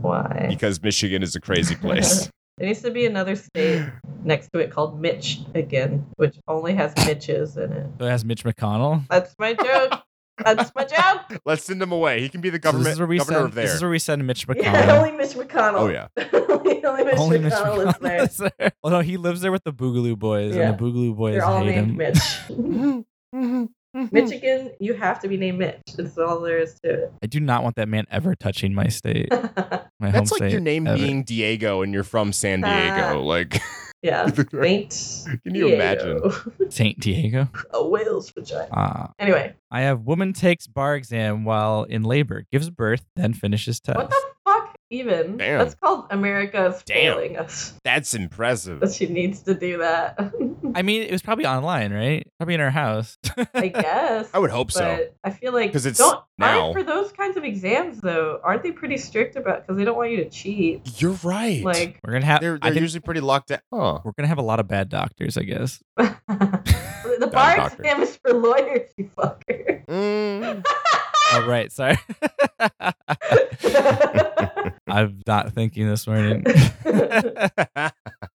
why? <laughs>
because Michigan is a crazy place.
There needs to be another
<sighs>
state next to it called Mitch again, which only has Mitches in it.
So that's Mitch McConnell.
That's
<laughs>
my joke. That's my joke.
<laughs>
Let's send him away. He can be the
So
government
this is where we
governor
send,
of there.
This is where we send Mitch McConnell.
Yeah, only Mitch McConnell.
oh yeah.
only, <laughs> only Mitch
Only Mitch
McConnell is there.
McConnell is there. Well, no, he lives there with the Boogaloo boys,
Yeah.
and the Boogaloo boys
They're all
hate
named
him.
Mitch. <laughs> Michigan, you have to be named Mitch. That's all there is to
I do not want that man ever touching my state,
it. <laughs>
my home
That's like
state.
your name
ever.
being Diego and you're from San Diego.
Ah.
like <laughs>
yeah.
can
Saint
you
Diego. <laughs>
imagine?
Saint Diego.
A whale's vagina.
Ah,
Anyway,
I have woman takes bar exam while in labor, gives birth, then finishes test.
what the fuck even?
Damn.
That's called America's
Damn.
failing us.
That's impressive.
That she needs to do that. <laughs>
I mean, it was probably online, right? Probably in her house.
I guess.
I would hope so.
But I feel like
'Cause it's
don't,
now.
Aren't for those kinds of exams though, aren't they pretty strict about because they don't want you to cheat?
You're right.
Like <laughs>
We're gonna have.
they're
I
they're
think
usually pretty locked down. Huh.
we're gonna have a lot of bad doctors, I guess.
the
a
bar
doctor.
exam is for lawyers, you
<laughs>
fucker. <laughs>
Mm.
oh right, sorry. <laughs> I'm not thinking
<laughs>
this morning.
Fucking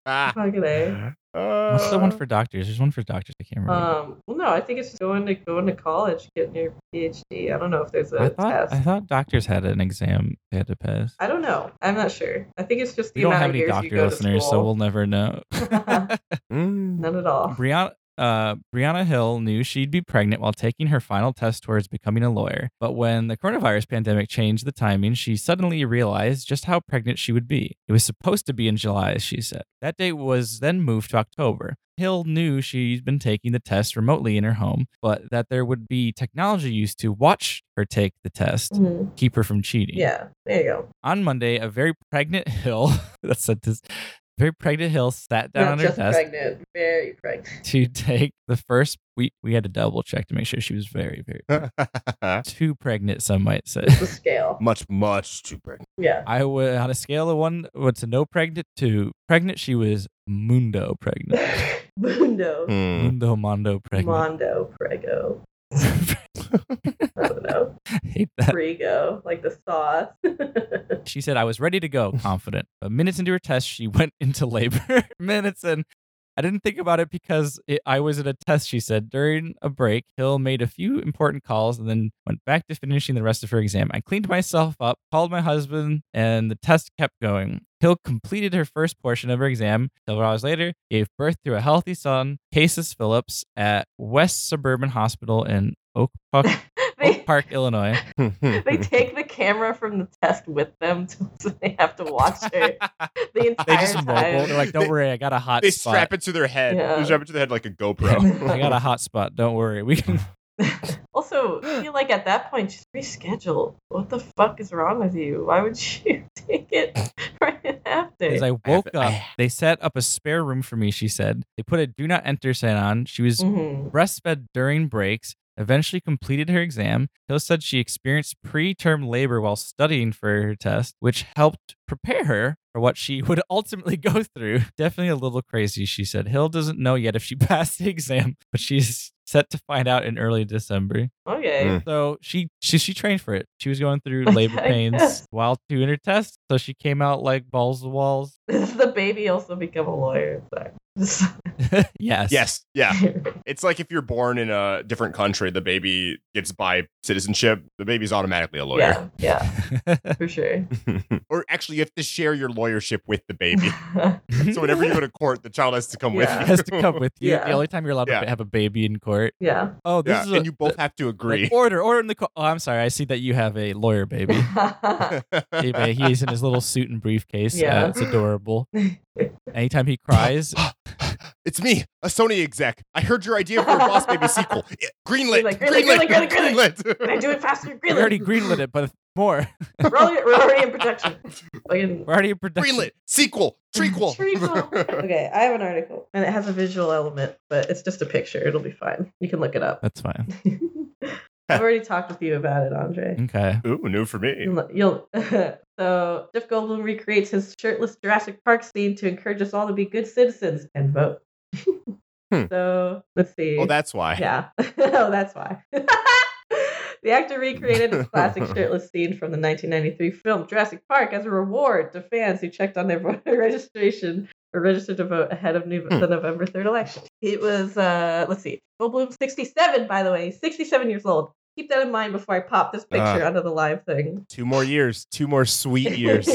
<laughs>
A.
What's the one
<laughs> Uh,
for doctors? There's one for doctors. I can't remember.
Um, well, no, I think it's going to going to college, getting your PhD. I don't know if there's a
I thought
uh, test.
I thought doctors had an exam they had to pass.
I don't know. I'm not sure. I think it's just the
We don't
amount
have
of
any
years you
doctor
go
listeners,
to
so we'll
school.
never know.
mm.
<laughs> None at
<laughs>
all.
Brianna, uh, Brianna Hill knew she'd be pregnant while taking her final test towards becoming a lawyer. But when the coronavirus pandemic changed the timing, she suddenly realized just how pregnant she would be. It was supposed to be in July, she said. That date was then moved to October. Hill knew she'd been taking the test remotely in her home, but that there would be technology used to watch her take the test,
Mhm.
keep her from cheating.
Yeah, there you go.
On Monday, a very pregnant <laughs> Hill, that sentence, very pregnant Hill sat down
Not
on her
just
desk
pregnant, very pregnant.
to take the first we we had to double check to make sure she was very very too pregnant some might say
The scale.
<laughs> much much too pregnant.
Yeah. <laughs>
i would on a scale of one what's a no pregnant to pregnant she was mundo pregnant
Mundo.
Mm.
mundo mondo pregnant
Mondo Prego.
<laughs>
I don't know.
hate that
Prego, like the sauce. <laughs>
she said i was ready to go confident but minutes into her test she <laughs> went into labor <laughs> minutes in I didn't think about it because it, I was at a test, she said. During a break, Hill made a few important calls and then went back to finishing the rest of her exam. I cleaned myself up, called my husband, and the test kept going. Hill completed her first portion of her exam. Several hours later, gave birth to a healthy son, Cases Phillips, at West Suburban Hospital in Oak Park, Oak
they,
Park Illinois.
Hmm. <laughs>
they take the camera from the test with them, <laughs> to, so they have to watch her the entire
<laughs> They just mobile.
time.
They're like, "Don't
They-
worry, I got a
<laughs>
hot
they
spot.
strap it to their head. They
Yeah.
strap it to their head
<laughs>
like a GoPro.
I got a hot spot. Don't worry, we can."
Also, I
<gasps>
feel like at that point, just reschedule. What the fuck is wrong with you? Why would <laughs> you take it right after?
As I
I have-
woke
I
up,
ha-
they set up a spare room for me, she said. They put a do not enter sign on. She was
Mhm.
breastfed during breaks, eventually completed her exam. Hill said she experienced preterm labor while studying for her test, which helped prepare her for what she <laughs> would ultimately go through. Definitely a little crazy, she said. Hill doesn't know yet if she <laughs> passed the exam, but she's set to find out in early December.
Okay.
Mm.
So she she she trained for it. She was going
<laughs>
through
I
labor pains
guess.
while doing her test, so she came out like balls to the walls.
<laughs>
<laughs>
Does the baby also become a lawyer? Sorry. <laughs> Just-
yes. <laughs>
yes. Yeah. It's like if you're born in a different country, the baby gets by citizenship. The baby's automatically a lawyer.
yeah, yeah,
<laughs>
for sure. <laughs>
<laughs> or actually, you have to share your lawyership with the baby. <laughs> so whenever you go to court, the child has to come
Yeah.
with you.
has to
<laughs>
come with you.
Yeah.
The only time you're allowed
Yeah.
to have a baby in court.
yeah.
Oh,
<laughs>
this
Yeah,
is a,
and you both have to
like,
agree.
order, order in the court. Oh, I'm sorry. I see that you have a
<laughs>
lawyer baby.
<laughs>
Hey, ba- He's in his little suit and briefcase. Yeah,
Yeah. <laughs>
it's adorable. Anytime
<gasps>
he cries,
it's me, a Sony exec. I heard your idea for a Boss Baby
<laughs>
sequel. It- Greenlit,
Like, greenlit,
greenlit,
greenlit, greenlit, Can I
greenlit.
do it faster?
we
Greenlit.
already greenlit it, but more.
<laughs>
<laughs>
We're already, we're already in production. Fucking-
We're already in production.
greenlit,
<laughs>
sequel, trequel.
Trequel. Okay, I have an article, and it has a visual element, but it's just a picture. It'll be fine. You can look it up.
That's fine.
<laughs> I've already talked with you about it, Andre.
Okay.
Ooh, new for me.
You'll, you'll <laughs> so Jeff Goldblum recreates his shirtless Jurassic Park scene to encourage us all to be good citizens and vote. <laughs>
Hmm.
So let's see. <laughs>
Oh, that's why.
yeah. oh, that's why. <laughs> The actor recreated his
<laughs>
classic shirtless scene from the 1993 film Jurassic Park as a reward to fans who checked on their voter <laughs> registration or registered to vote ahead of new-
Hmm.
the November 3rd election. It was, uh, let's see, Full Bloom 67, by the way, 67 years old. Keep that in mind before I pop this picture
Ah.
onto the live thing.
Two more years. Two more
<laughs>
sweet years.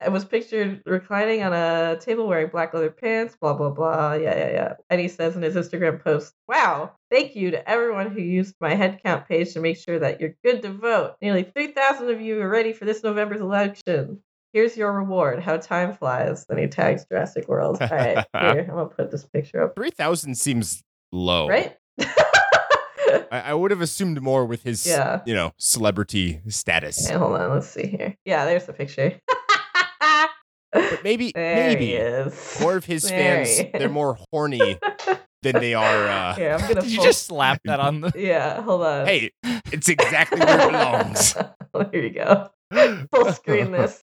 I was pictured reclining on a table wearing black leather pants, blah, blah, blah. Yeah, yeah, yeah. And he says in his Instagram post, Wow, thank you to everyone who used my headcount page to make sure that you're good to vote. Nearly 3,000 of you are ready for this November's election. Here's your reward. How time flies. Then he tags Jurassic World. All
<laughs>
right, here, I'm going to put this picture up.
Three thousand seems low.
Right? <laughs>
I, I would have assumed more with his,
Yeah.
you know, celebrity status.
Okay, hold on. Let's see here. Yeah, there's the picture. <laughs>
But maybe,
there he
maybe
is.
more of his
There
fans.
he is.
They're more
<laughs>
horny than they are. Uh,
Here, I'm gonna
Did you
pull-
just slap that
<laughs>
on the?
Yeah, hold on. <laughs>
Hey, it's exactly where it belongs.
there you go. Full screen this.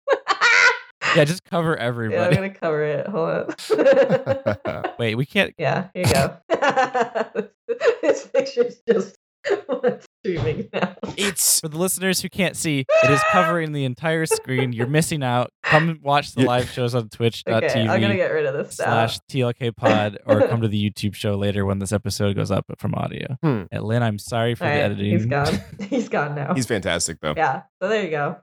Yeah, just cover
yeah, I'm
<laughs> everybody.
gonna cover it. Hold on. <laughs>
Wait, we can't.
yeah, here you go. <laughs> this picture's just <laughs> streaming
Uh,
now.
it's
For the listeners who can't see, it is covering the entire screen. You're missing out. Come watch the
Yeah.
live shows on twitch.tv.
Okay, I'm gonna get rid of this now.
slash
<laughs>
TLK pod or come to the YouTube show later when this episode goes up from audio.
Hmm.
And Lynn, I'm sorry for
All
the
right,
editing.
he's
<laughs>
gone. He's gone now.
he's fantastic though.
yeah, so there you go.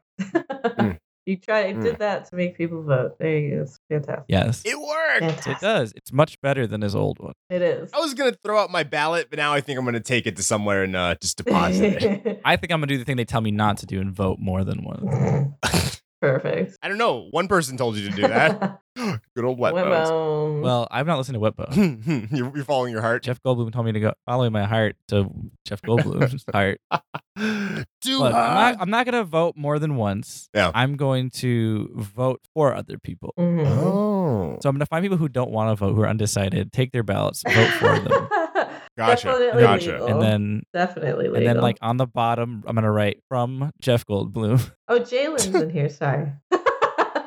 Hmm.
<laughs> You try. It did that to make people vote. There you go. It's fantastic.
Yes. It,
It worked.
Fantastic.
does. It's much better than his old one.
It is.
I was gonna throw out my ballot, but now I think I'm gonna take it to somewhere and uh, just deposit
<laughs>
it.
I think I'm gonna do the thing they tell me not to do and vote more than once.
Mm-hmm. Perfect.
<laughs>
I don't know. One person told you to do
<laughs>
that. <gasps> Good old wet bones.
Webbones.
Well, I'm not listening to Whitbo.
<laughs> you're, you're following your heart.
Jeff Goldblum told me to go follow my heart to
<laughs>
Jeff Goldblum's heart.
Do
Look, I'm not,
hot.
I'm not gonna vote more than once.
uh, Yeah.
I'm going to vote for other people.
Mhm.
Oh,
So I'm gonna find people who don't want to vote, who are undecided, take their ballots, vote
<laughs>
for them,
gotcha,
Definitely
gotcha.
legal.
and then
<laughs> Definitely legal.
And then like on the bottom, I'm gonna write from Jeff Goldblum. <laughs>
oh, Jalen's in here. Sorry.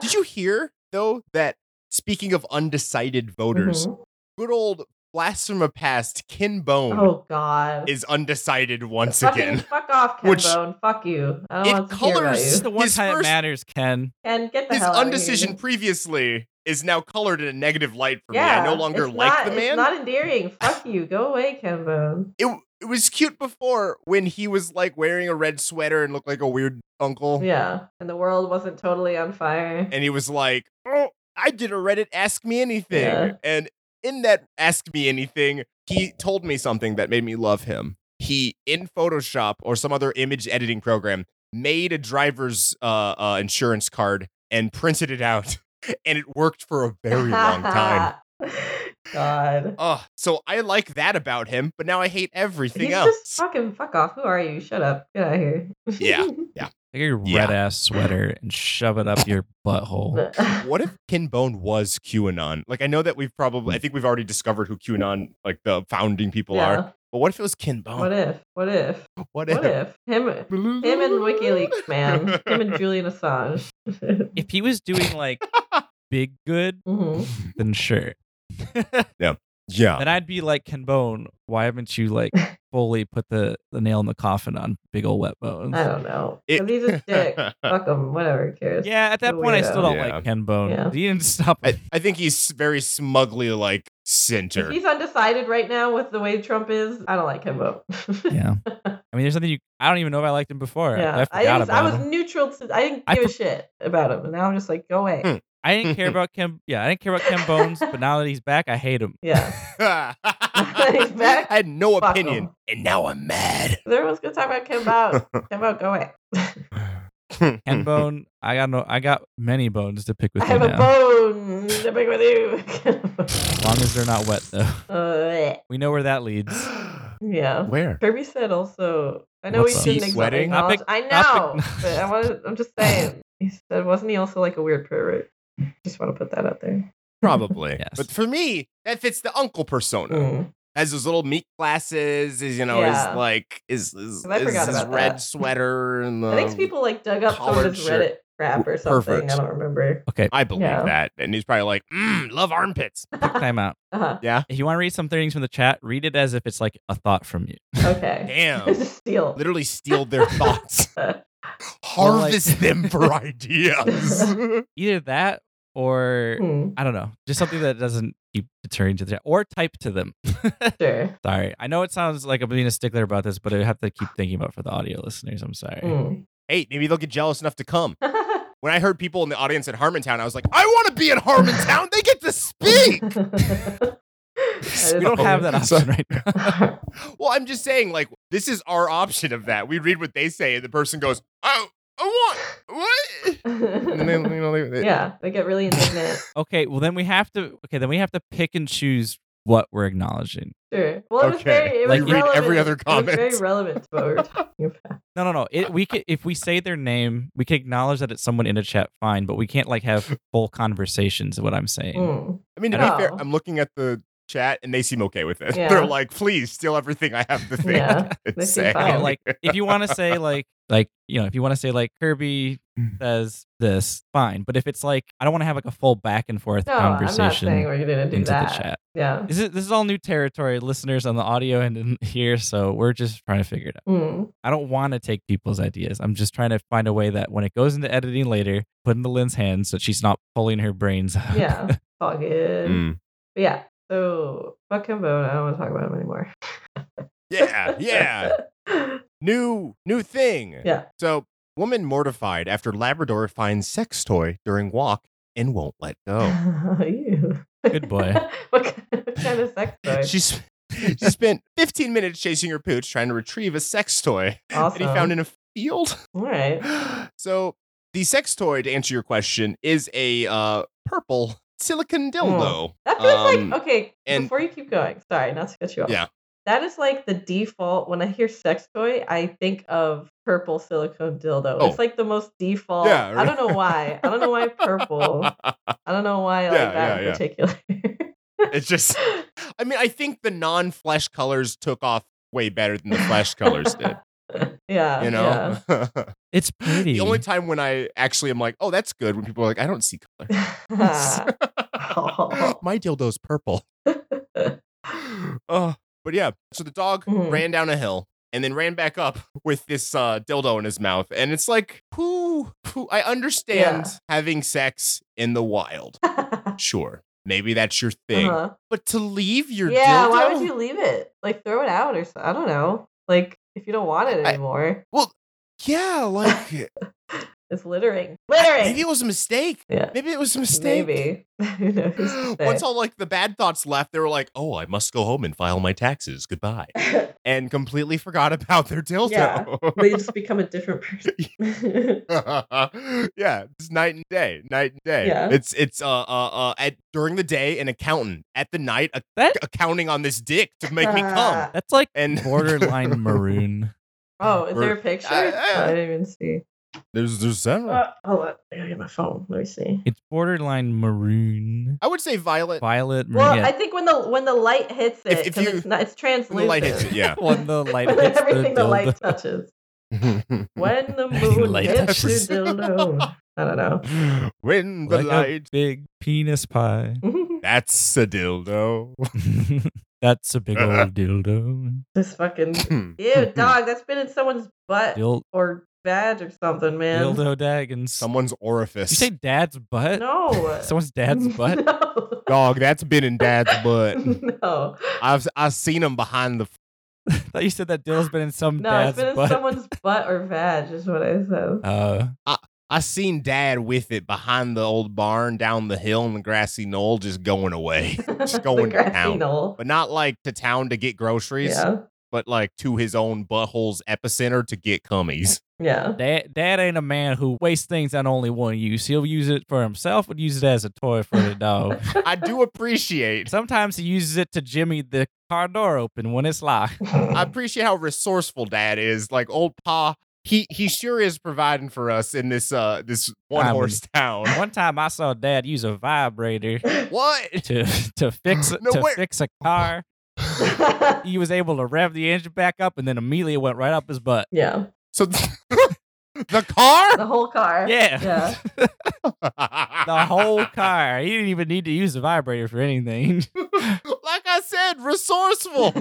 Did you hear though that speaking of undecided voters,
Mhm.
good old blasphemer past Ken Bone
Oh God.
is undecided once
Fucking
again.
Fuck off, Ken
Which-
Bone. Fuck you. I
It
don't want to hear about
colours
This is
you.
the one
His
time
first-
it matters, Ken.
Ken, get the
His
hell out of here.
undecision previously is now colored in a negative light for
Yeah,
me. I no longer
it's
like
not-
the
It's
man.
not endearing. Fuck you. Go away, Ken Bone.
it, it was cute before when he was like wearing a red sweater and looked like a weird uncle.
Yeah, and the world wasn't totally on fire.
And he was like, Oh, I did a Reddit Ask Me Anything.
Yeah.
And in that Ask Me Anything, he told me something that made me love him. He, in Photoshop or some other image editing program, made a driver's uh, uh, insurance card and printed it out. <laughs> And it worked for a very long time.
<laughs> God.
Oh, so I like that about him, but now I hate everything
He's just
else.
fucking fuck off. Who are you? Shut up. Get out of here.
Yeah.
Take your
Yeah.
red ass sweater and shove it up your butthole.
<laughs>
what if Ken Bone was QAnon? Like I know that we've probably I think we've already discovered who QAnon like the founding people are.
Mm. Yeah.
But what if it was Ken Bone?
What if? What if?
What
What if? Him him and WikiLeaks, man. Him and Julian Assange. <laughs> Mm-hmm.
If he was doing
<laughs>
like big good,
Mhm.
then sure.
<laughs> Yeah. Uh.
Then I'd be like Ken Bone. Why haven't you like fully put the, the nail in the coffin on big old wet bones?
I don't know.
It-
'Cause he's a
<laughs>
dick. Fuck him. Whatever. Who cares?
Yeah, at that point I still don't
Yeah.
like Ken Bone.
Yeah.
He didn't <laughs> stop.
<laughs> I, I think he's very smugly like center. <laughs>
If he's undecided right now with the way Trump is, I don't like him. <laughs> But
yeah. I mean, there's something you. I don't even know if I liked him before.
yeah,
I
I,
forgot
was, I
about
was
him.
neutral. To, I didn't
I
give a
pre-
shit about him, and now I'm just like, go away.
Hmm.
I
<laughs>
didn't care about Ken. Yeah, I didn't care about Ken Bones. But now that he's back, I hate him.
Yeah,
I had no
Fuck
opinion,
him.
and now I'm mad.
there was good talk about Kim Bone. Kim Bone, go away.
<laughs>
<laughs>
Ken Bone, I got no, I got many bones to pick with
I
you
have
now.
a bone to pick with you.
As long as they're not wet, though, <laughs>
<laughs> uh,
we know where that leads.
yeah.
Where?
Kirby said also. I know
What's
we
up?
shouldn't
He's
ex-
sweating?
acknowledge.
Topic-
I know,
topic-
but I wanted, I'm just saying. He said, wasn't he also like a weird pervert? Just want to put that out there.
Probably.
Yes.
But for me, that fits the uncle persona.
Mm.
Has those little meat glasses, his, you know,
Yeah.
his like his his,
'Cause I
his,
forgot
his
about
red
that.
sweater and the
I think people like dug up some of
collared
his
shirt.
Reddit crap or something.
Perfect.
I don't remember. <laughs>
Okay,
I believe
Yeah.
that. And he's probably like, mm, love
<laughs>
armpits.
time out.
Uh-huh.
If you want to read some things from the chat, read it as if it's like a thought from you.
Okay.
Damn.
It's a steal.
Literally steal their
<laughs>
thoughts.
Well, like-
Harvest them for ideas.
Either that or
Hmm,
I don't know, just something that doesn't keep deterring to the chat or type to them.
sure.
sorry, I know it sounds like I'm being a stickler about this, but I have to keep thinking about it for the audio listeners. I'm sorry.
Hmm.
hey, maybe they'll get jealous enough to come. When I heard people in the audience at Harmontown, I was like, I want to be at Harmontown. They get to
<laughs>
speak.
That
We
is
don't have
hilarious. <laughs>
that
So-
option right now. <laughs>
Well, I'm just saying, like, this is our option of that. We read what they say, and the person goes, Oh, I want what? And then, you know, they, they-
yeah, they get really indignant.
Okay, well then we have to. Okay, then we have to pick and choose what we're acknowledging.
Sure. Well, it was
Okay.
very. It was
Like, you read
relevant.
every other
It was
comment.
very relevant to what we were talking about.
No, no, no. It, we could, if we say their name, we can acknowledge that it's someone in a chat, fine. But we can't like have full conversations. Is what I'm saying.
Mm.
I mean, to
I
be
don't-
fair, I'm looking at the chat, and they seem okay with it. <laughs>
Yeah.
They're like, Please steal everything I have to think. <laughs>
Yeah,
and
they seem
say."
fine.
<laughs>
Okay, like if you want to say like like you know if you want to say like Kirby
Hmm.
says this, fine. But if it's like I don't want to have like a full back and forth
No, Oh, I'm not
conversation
saying we're gonna do
into
that.
the chat.
Yeah.
This is this is all new territory, listeners on the audio and in here. So we're just trying to figure it out.
Mm.
I don't want to take people's ideas. I'm just trying to find a way that when it goes into editing later, put into Lynn's hands so she's not pulling her brains out. <laughs>
Yeah. It's all good.
Mm.
But yeah. So fuck Kimbo. I don't want to talk about him anymore.
Yeah, Uh, yeah. New new thing.
<laughs> yeah.
So, woman mortified after Labrador finds sex toy during walk and won't let
<laughs>
go.
Ew.
Oh. Good boy.
<laughs> what, kind, what kind of sex toy?
She, sp- she spent 15 minutes chasing her pooch trying to retrieve a sex toy
awesome.
that he found in a field. <gasps>
All right.
so, the sex toy, to answer your question, is a uh, purple silicon dildo.
That feels
Um,
like okay.
and-
before you keep going, sorry, not to cut you off.
Yeah.
That is like the default. When I hear sex toy, I think of purple silicone dildo.
Oh.
It's like the most default.
Yeah,
I don't know why. I don't
<laughs>
know why purple. I don't know why I like
Yeah,
that
yeah, yeah.
in particular.
It's just, I mean, I think the non flesh colors took off way better than the flesh colors
<laughs>
did,
yeah.
you know?
It's
<laughs>
pretty.
the only time when I actually am like, oh, that's good, when people are like, I don't see color. <laughs>
Yeah. <laughs> Oh,
My dildo's <laughs> purple. Oh, but yeah, so the dog
Mhm.
ran down a hill and then ran back up <laughs> with this uh, dildo in his mouth. And it's like, whoo, whoo. I understand
Yeah.
having sex in the wild. Sure. Maybe that's your thing.
Uh-huh.
But to leave your
yeah.
dildo?
Why would you leave it? Like throw it out or something. I don't know. Like if you don't want it
I-
anymore,
Yeah,
<laughs>
like
it's littering. Littering.
maybe it was a mistake.
yeah.
Maybe it was a mistake.
Maybe. <laughs> Who knows?
<gasps> Once all like the bad thoughts left, they were like, "Oh, I must go home and file my taxes. Goodbye," and completely forgot about their dildo.
Yeah. <laughs> they just become a
<laughs>
different person.
yeah, it's night and day, night and day.
Yeah.
It's it's uh uh uh at during the day an accountant, at the night a,
That-
accounting on this dick to
<laughs>
make me come.
That's like
And <laughs>
borderline maroon.
Oh, is there
Or-
a picture?
I-
Oh,
I-
I didn't even see.
there's there's several.
Uh, hold on. I gotta get my phone. Let me see.
It's borderline maroon.
I would say violet.
Violet maroon.
Well, <laughs>
yeah.
I think when the when the light hits it,
If- if
'cause
you-
it's not it's translucent.
when the light hits it, yeah.
<laughs> When the light
When
hits the
everything the, light
dildo. <laughs>
touches. When the
Everything
moon
light
hits
touches.
the
<laughs>
dildo. I don't know.
when the
Like a
light,
big penis pie. <laughs>
that's a dildo.
That's a big old dildo.
<laughs> this fucking
<laughs>
ew dog. That's been in someone's butt
Dil-
or badge or something, man.
dildo daggins.
Someone's orifice.
Did you say dad's butt?
No.
<laughs> Someone's dad's butt?
<laughs>
<laughs>
No.
Dog, that's been in dad's
<laughs>
butt.
no.
I've I've seen him behind the.
I thought you said that Dill's been in some <laughs>
No,
dad's
it's been in
butt.
someone's butt or vag, is what I <laughs> said.
Uh,
I seen dad with it behind the old barn, down the hill in the grassy knoll, just going
<laughs>
away.
It's
going to
grassy
town.
knoll.
but not like to town to get groceries,
Yeah.
but like to his own butthole's epicenter to get cummies.
Yeah.
dad, dad ain't a man who wastes things on only one use. He'll use it for himself, but use it as a toy for
<laughs>
the dog.
I do appreciate.
Sometimes he uses it to jimmy the car door open when it's locked.
<laughs>
<laughs>
I appreciate how resourceful dad is. Like old pa, he he sure is providing for us in this uh this one horse town.
One time I saw dad use a vibrator <laughs>
What?
to to
<laughs>
fix
No,
to
wait.
fix a car. He was able to rev the engine back up, and then immediately it went right up his butt.
yeah.
So The car?
The whole car.
Yeah. <laughs> the whole car. He didn't even need to use the vibrator for anything.
<laughs>
<laughs>
like I said, resourceful.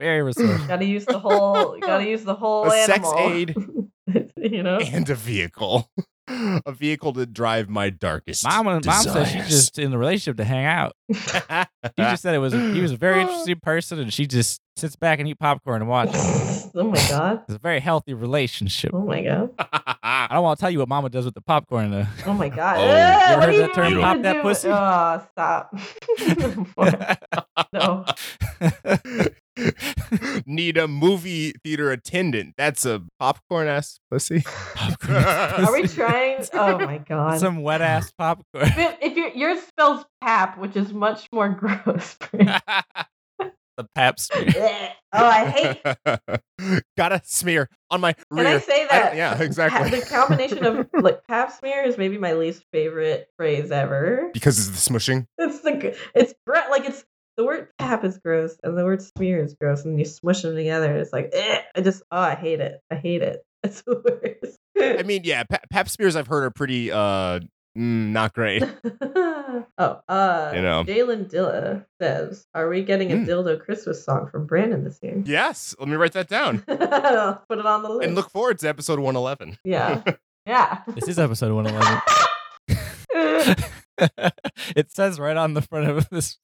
Very resourceful.
<laughs> gotta use the
<laughs>
whole. Gotta use the whole
A sex
animal.
aid
<laughs>
<laughs>
you know.
and a vehicle. A vehicle to drive my darkest.
<laughs> Mom, mom said she's
desires.
just in the relationship to hang out. He just said it was he was a very interesting person, and she just sits back and eat popcorn and <laughs> watch.
<laughs> oh my god.
It's a very healthy relationship.
Oh my god.
I don't want to tell you what Mama does with the popcorn though.
Oh my god.
Oh,
Ugh,
you
what
heard
are
that term,
gonna
pop that
do? Oh,
pussy?
<laughs>
<laughs>
stop. no.
<laughs> Need a movie theater attendant. That's a popcorn ass pussy.
popcorn.
Are
<laughs> Are
we
<laughs>
trying? Oh my god.
<laughs> Some wet ass popcorn.
If it- if your yours spells pap, which is much more <laughs> gross. Blech.
the pap smear.
oh, I hate.
<laughs> Got a smear on my
Can
rear.
I say
I
that?
don't- yeah,
Pa-
exactly.
the combination
<laughs>
of like pap smear is maybe my least favorite phrase ever.
because it's the smushing.
It's the gr- it's gr- like it's the word pap is gross and the word smear is gross and you smush them together and it's like eh, I just oh I hate it I hate it <laughs> it's the worst.
I mean, yeah, pa- pap smears I've heard are pretty uh mm, not
<laughs>
great.
<laughs> oh, uh,
You know.
Jalen Dilla says, "Are we getting a
Hmm.
dildo Christmas song from Brandon this year?"
Yes, let me write that down
<laughs> Put it on the list.
and look forward to episode 111. <laughs>
yeah, yeah. <laughs>
This is episode 111. <laughs> it says right on the front of this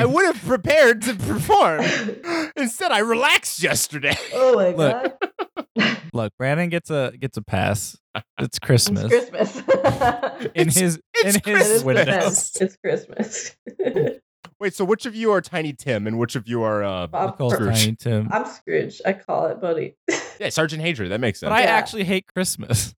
<laughs> I would have prepared to perform.
oh
Instead, I relaxed
<laughs>
yesterday.
my god,
Look, Look, Brandon gets a gets a <laughs> pass. It's Christmas.
it's Christmas. <laughs>
In
It's-
his
it's
in
it
his
is
Christmas.
window.
Christmas. It's Christmas.
<laughs> Wait, so which of you are Tiny Tim and which of you are uh
He
Bob
calls
Cr-
Tiny Tim.
I'm Scrooge. I call it Buddy.
yeah, Sergeant Hadrian? That makes sense.
But I
Yeah.
actually hate Christmas.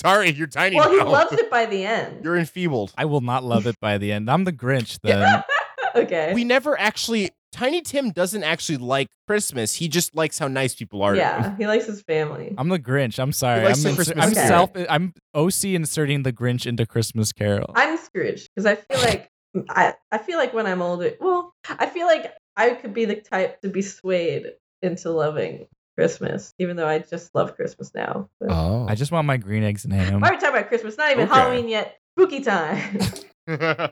Sorry, you're tiny
Well, he
now.
loves it by the end.
you're enfeebled.
I will not love it by the end. I'm the Grinch then.
<laughs> okay.
We never actually Tiny Tim doesn't actually like Christmas. He just likes how nice people are. to him.
yeah, he likes his family.
I'm the Grinch. I'm sorry.
He likes
I'm,
the
inser-
Christmas
I'm
spirit.
self. I'm OC inserting the Grinch into Christmas Carol.
I'm Scrooge because I feel like I, I feel like when I'm older, well, I feel like I could be the type to be swayed into loving Christmas, even though I just love Christmas now. But
Oh.
I just want my green eggs and ham.
Why are we talking about Christmas? Not even
Okay.
Halloween yet. Spooky time.
<laughs>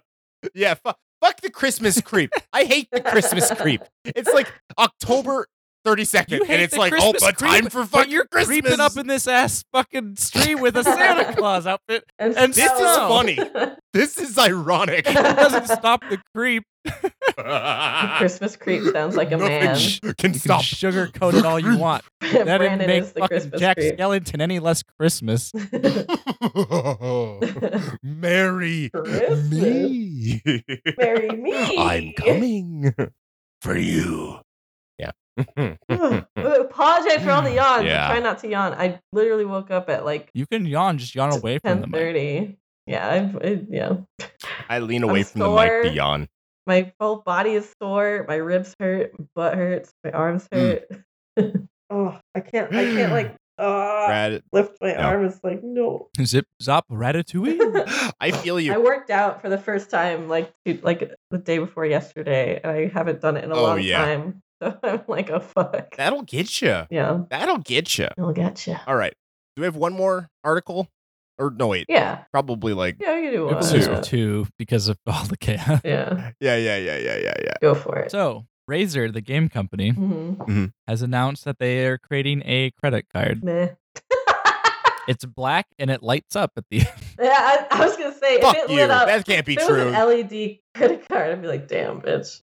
yeah, fu- fuck the Christmas creep. I hate the Christmas creep. It's like October 32nd,
You hate
and it's
the
like,
Christmas
oh, but time
creep,
for
But
fucking
you're
Christmas.
creeping up in this ass fucking street with
<laughs>
a Santa Claus outfit. And
this is
No.
funny. This is
<laughs>
ironic.
It doesn't stop the creep.
<laughs> Christmas
Christmas creep sounds like a
Nothing
man. <laughs>
sh- can
You can
stop.
sugarcoat it all you want. That didn't
Brandon
make
is the
fucking
Christmas
Jack
creep.
Skellington any less Christmas.
<laughs> Marry
<laughs> Christmas.
me.
Marry me.
I'm coming for you. Yeah.
Ugh. <laughs> Apologize for all the yawns.
Yeah.
Try not to yawn. I literally woke up at like
You can yawn, just yawn away from the
ten
mic.
thirty. Yeah, I've, it, yeah.
I lean
I'm
away from the mic
sore.
to yawn.
My whole body is sore. My ribs hurt. My butt hurts. My arms hurt. <laughs> oh, I can't. I can't like uh,
Brad,
lift my
No.
arm. It's like no.
Zip, zop,
<laughs>
ratatouille.
I feel you.
I worked out for the first time like two, like the day before yesterday, and I haven't done it in a
Oh,
long
yeah.
time. <laughs> So I'm like, oh fuck.
That'll get you.
yeah,
That'll get you.
I'll gotcha.
All right. Do we have one more article? Or no, wait.
Yeah,
Probably like.
yeah, you do one.
It was
Two.
Yeah.
two because of all the chaos.
yeah,
Yeah, yeah, yeah, yeah, yeah, yeah.
go for it.
So, Razer, the game company,
hmm
has announced that they are creating a credit card.
Meh. <laughs>
It's black and it lights up at the <laughs> end.
yeah, I, I was gonna say if
Fuck
it
you.
lit up,
That can't be
if it was
true.
an LED credit card, I'd be like, damn, bitch.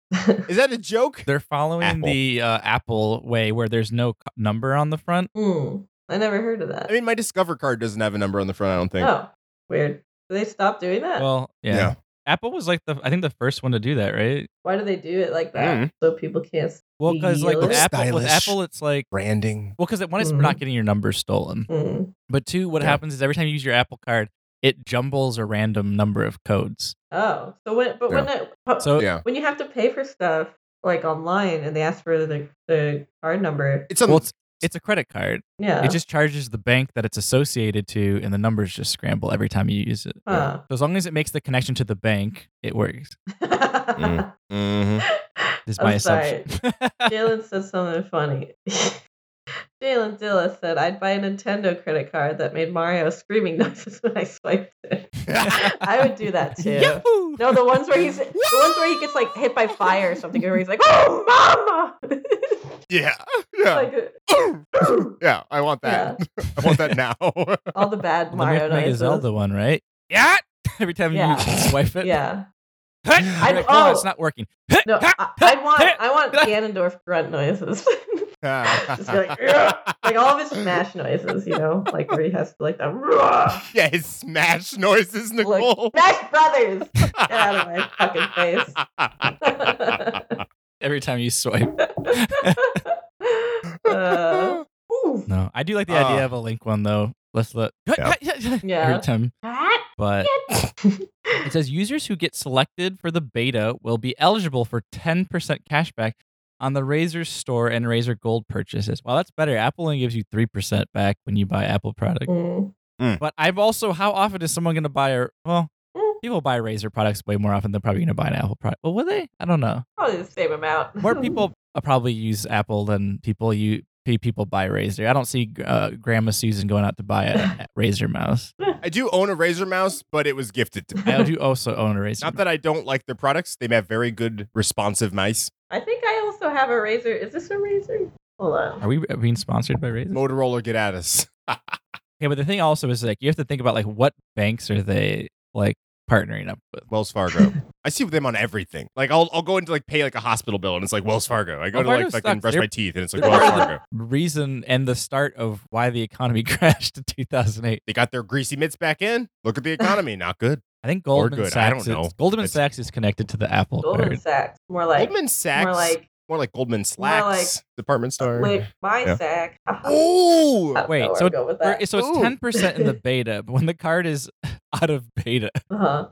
Is that a joke?
They're following
Apple.
the uh, Apple way where there's no c- number on the front.
Mm, I never heard of that.
I mean, my Discover card doesn't have a number on the front, I don't think.
oh, weird. Do they stop doing that?
Well, yeah.
Yeah.
Apple was like the I think the first one to do that, right?
Why do they do it like that
Mm.
so people can't? s-
Well, because like with
Looks
Apple, with
stylish.
Apple, it's like
Branding.
well, because one, it's
Mhm.
not getting your number stolen,
Mm.
but two, what
Yeah.
happens is every time you use your Apple card, it jumbles a random number of codes.
Oh, so when? But when it,
So
yeah.
when you have to pay for stuff like online and they ask for the, the card number,
It's a.
well, it's it's a credit card.
yeah,
It just charges the bank that it's associated to, and the numbers just scramble every time you use it.
Huh.
So as long as it makes the connection to the bank, it works.
<laughs>
Mm. Mhm.
Is
I'm
my
sorry.
<laughs> assumption.
Jalen said something funny. <laughs> Jalen Dilla said, I'd buy a Nintendo credit card that made Mario screaming <laughs> noises when I swiped it. I would do that
<laughs>
too.
Yahoo!
No, the ones where he's the ones where he gets like hit by fire or something, where he's like, "Oh, mama!" <laughs>
Yeah. <laughs> Yeah.
like, uh,
yeah. I want that. <laughs> I want that now.
all the bad
Well, then we
Mario
have to make a
noises.
Zelda one, right? <laughs> Yeah. Every time
Yeah.
you <laughs> swipe it,
Yeah.
I
I'd-
like, oh,
oh.
it's not working. <laughs>
No, I, I want I want Ganondorf grunt noises, <laughs> Just be like, "Yeah." like all of his smash noises, you know, like where he has to like the
<laughs>
<laughs>
yeah, his smash noises, Nicole.
like Smash Brothers. Get <laughs> out of my fucking
<laughs>
face.
Every time you swipe.
Uh, ooh.
No, I do like the
Ah.
idea of a link one though. Let's <laughs> look.
Yeah.
Every
Yeah.
time, <laughs> but
Eh,
it says users who get selected for the beta will be eligible for 10% cashback on the Razer store and Razer Gold purchases. Well, that's better. Apple only gives you 3% back when you buy Apple products.
Mm.
But I've also, how often is someone going to buy a, well, people buy Razer products way more often than probably going to buy an Apple product. Well, will they? I don't know.
Probably the same amount. <laughs>
More people uh, probably use Apple than people you people buy Razer. I don't see uh, Grandma Susan going out to buy a, a Razer mouse.
I do own a Razor mouse, but it was gifted to me.
I do also own a Razer.
Not that I don't like their products; they have very good responsive mice.
I think I also have a razor. Is this a razor? Hold on.
Are we uh, being sponsored by Razer?
Motorola, get at us.
Yeah, but the thing also is like you have to think about like what banks are they like partnering up with.
<laughs> Wells Fargo. I see them on everything. Like I'll I'll go into like pay like a hospital bill, and it's like Wells Fargo. I go
Wells
to like
Fargo
fucking
sucks.
brush
They're-
my teeth, and it's
<laughs>
like Wells Fargo.
Reason and the start of why the economy <laughs> crashed in 2008.
They got their greasy mitts back in. Look at the economy, not good.
I think Goldman
good, I
Sachs.
don't know.
Is, Goldman
It's-
Sachs is connected to the Apple.
Goldman
card.
Sachs. More like
Goldman Sachs,
more like
more like Goldman Slacks, department store.
like my
Yeah.
sack. <laughs>
Ooh,
I don't
Wait,
know where
so
I'm going with that.
Or- So it's
Ooh.
ten percent in the beta, but when the card is <laughs> out of beta,
<laughs>
<laughs>
Uh-huh.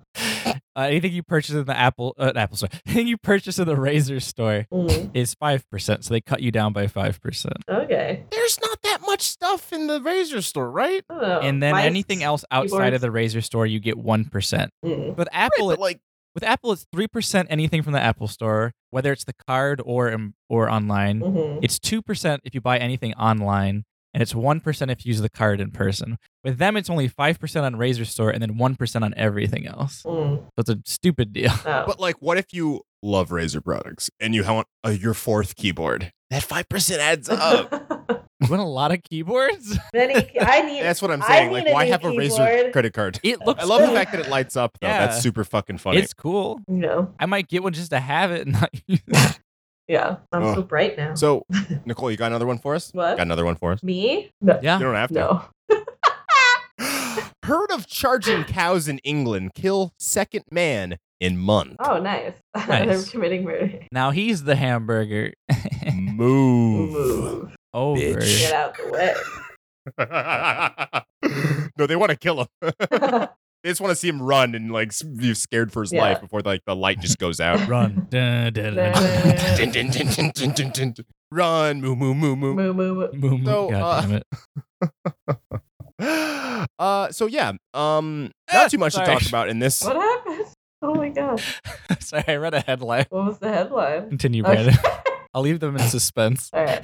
uh, anything you purchase in the Apple uh, Apple store, <laughs> anything you purchase in the Razer store
Mm.
is five percent. So they cut you down by five percent,
Okay.
there's not that much stuff in the razor store, right?
I don't know.
and then
Mice-
anything else outside of the Razer store, you get one percent.
Mm.
With Apple,
Right,
it-
but like
with Apple, it's three percent anything from the Apple store, whether it's the card or um, or online.
Mhm.
It's 2% if you buy anything online, and it's 1% if you use the card in person. With them, it's only 5% on Razor Store and then 1% on everything else. So
Mm.
it's a stupid deal. <laughs>
Oh.
But like, what if you love Razer products and you want uh, your fourth keyboard? That five percent
<laughs>
adds up.
You want a lot of keyboards? <laughs>
Many ke- I need.
That's what I'm
I
saying.
need
Like,
a
why
new
have a Razer
keyboard.
credit card?
It looks
I love the
cool.
fact that it lights up though.
Yeah.
That's super fucking funny.
It's cool.
You know.
I might get one just to have it and not <laughs> use
<laughs>
it.
Yeah. I'm
Oh.
so bright now. <laughs>
So, Nicole, you got another one for us?
What?
Got another one for us?
Me? No.
Yeah.
You don't have to. <gasps>
No.
Herd of charging cows in England kill second man in month.
Oh, nice. <laughs> They're
Nice.
committing murder.
Now he's the hamburger.
Move.
Move.
Over.
Bitch.
Get out the way.
<laughs> no, they want to kill him. <laughs> they just want to see him run and like s- be scared for his
Yeah.
life before like the light just goes
<laughs>
out. <laughs>
Run. Dun, dun, dun, dun.
Moo,
Dun, dun, dun, dun, dun, dun, dun, dun. Run, moo, moo, moo, moo.
moo, moo.
<laughs> Boom, boom.
So,
God
uh,
damn it.
<gasps> Uh, so yeah, um,
Ah,
not too much to
sorry.
talk about in
<laughs>
this.
What happened? Oh my god.
<laughs> Sorry, I read a headline.
What was the headline?
Continue,
Okay. <laughs>
Brandon. <laughs> I'll leave them in suspense. <laughs>
All right.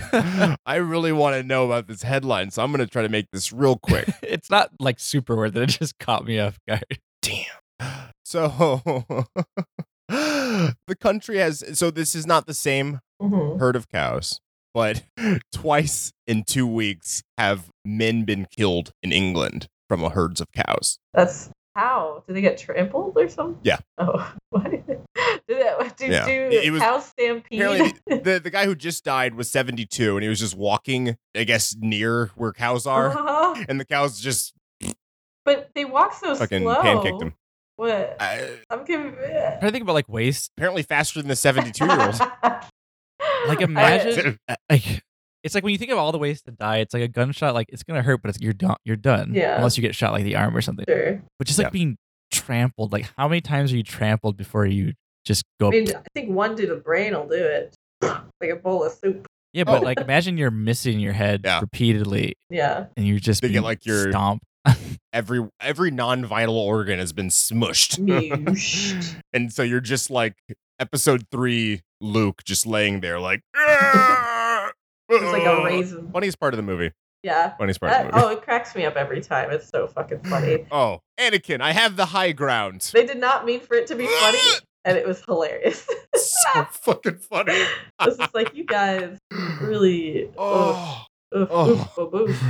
I really want to know about this headline, so I'm gonna try to make this real
<laughs>
quick.
it's not like super worth it. It just caught me off guard.
So <laughs> the country has so this is not the same
Mhm.
herd of cows, but <laughs> twice in two weeks have men been killed in England from a herds of cows.
That's how? Did they get trampled or something?
Yeah.
Oh, <laughs> what? Did that do,
Yeah.
do
It- it was-
cow stampede?
apparently
<laughs>
The the guy who just died was 72 and he was just walking, I guess, near where cows are.
Uh-huh.
And the cows just
But they walk so
fucking
slow.
pancaked him.
What?
Uh,
I'm convinced.
trying to think about like waste.
apparently faster than the 72 year
<laughs>
old.
Like imagine eh, like it's like when you think of all the ways to die, it's like a gunshot. Like it's gonna hurt, but it's, you're done. You're done.
Yeah.
Unless you get shot like the arm or something.
Sure.
But just like
Yeah.
being trampled. Like how many times are you trampled before you just
I
go?
Oh.
mean, I think one to the brain will do it. <clears throat> like a bowl of soup.
yeah, but
oh.
like imagine you're missing your head
Yeah.
repeatedly,
Yeah.
and you're just
They get,
being
like, your-
stomped.
<laughs> Every every non-vital organ has been smushed.
Mm. Mushed.
<laughs> and so you're just like
<laughs>
episode three Luke just laying there like "Ah,
It's like a raise them.
Funniest part of the movie.
Yeah.
Funniest part of
That,
the movie.
oh, it cracks me up every time. It's so fucking funny.
Oh. Anakin, I have the high
<laughs>
ground.
they did not mean for it to be
<laughs>
funny, and it was hilarious. <laughs>
so fucking funny.
this is like you guys really. Oh,
<sighs> Oh.
oof,
oh.
oof, oof, oof.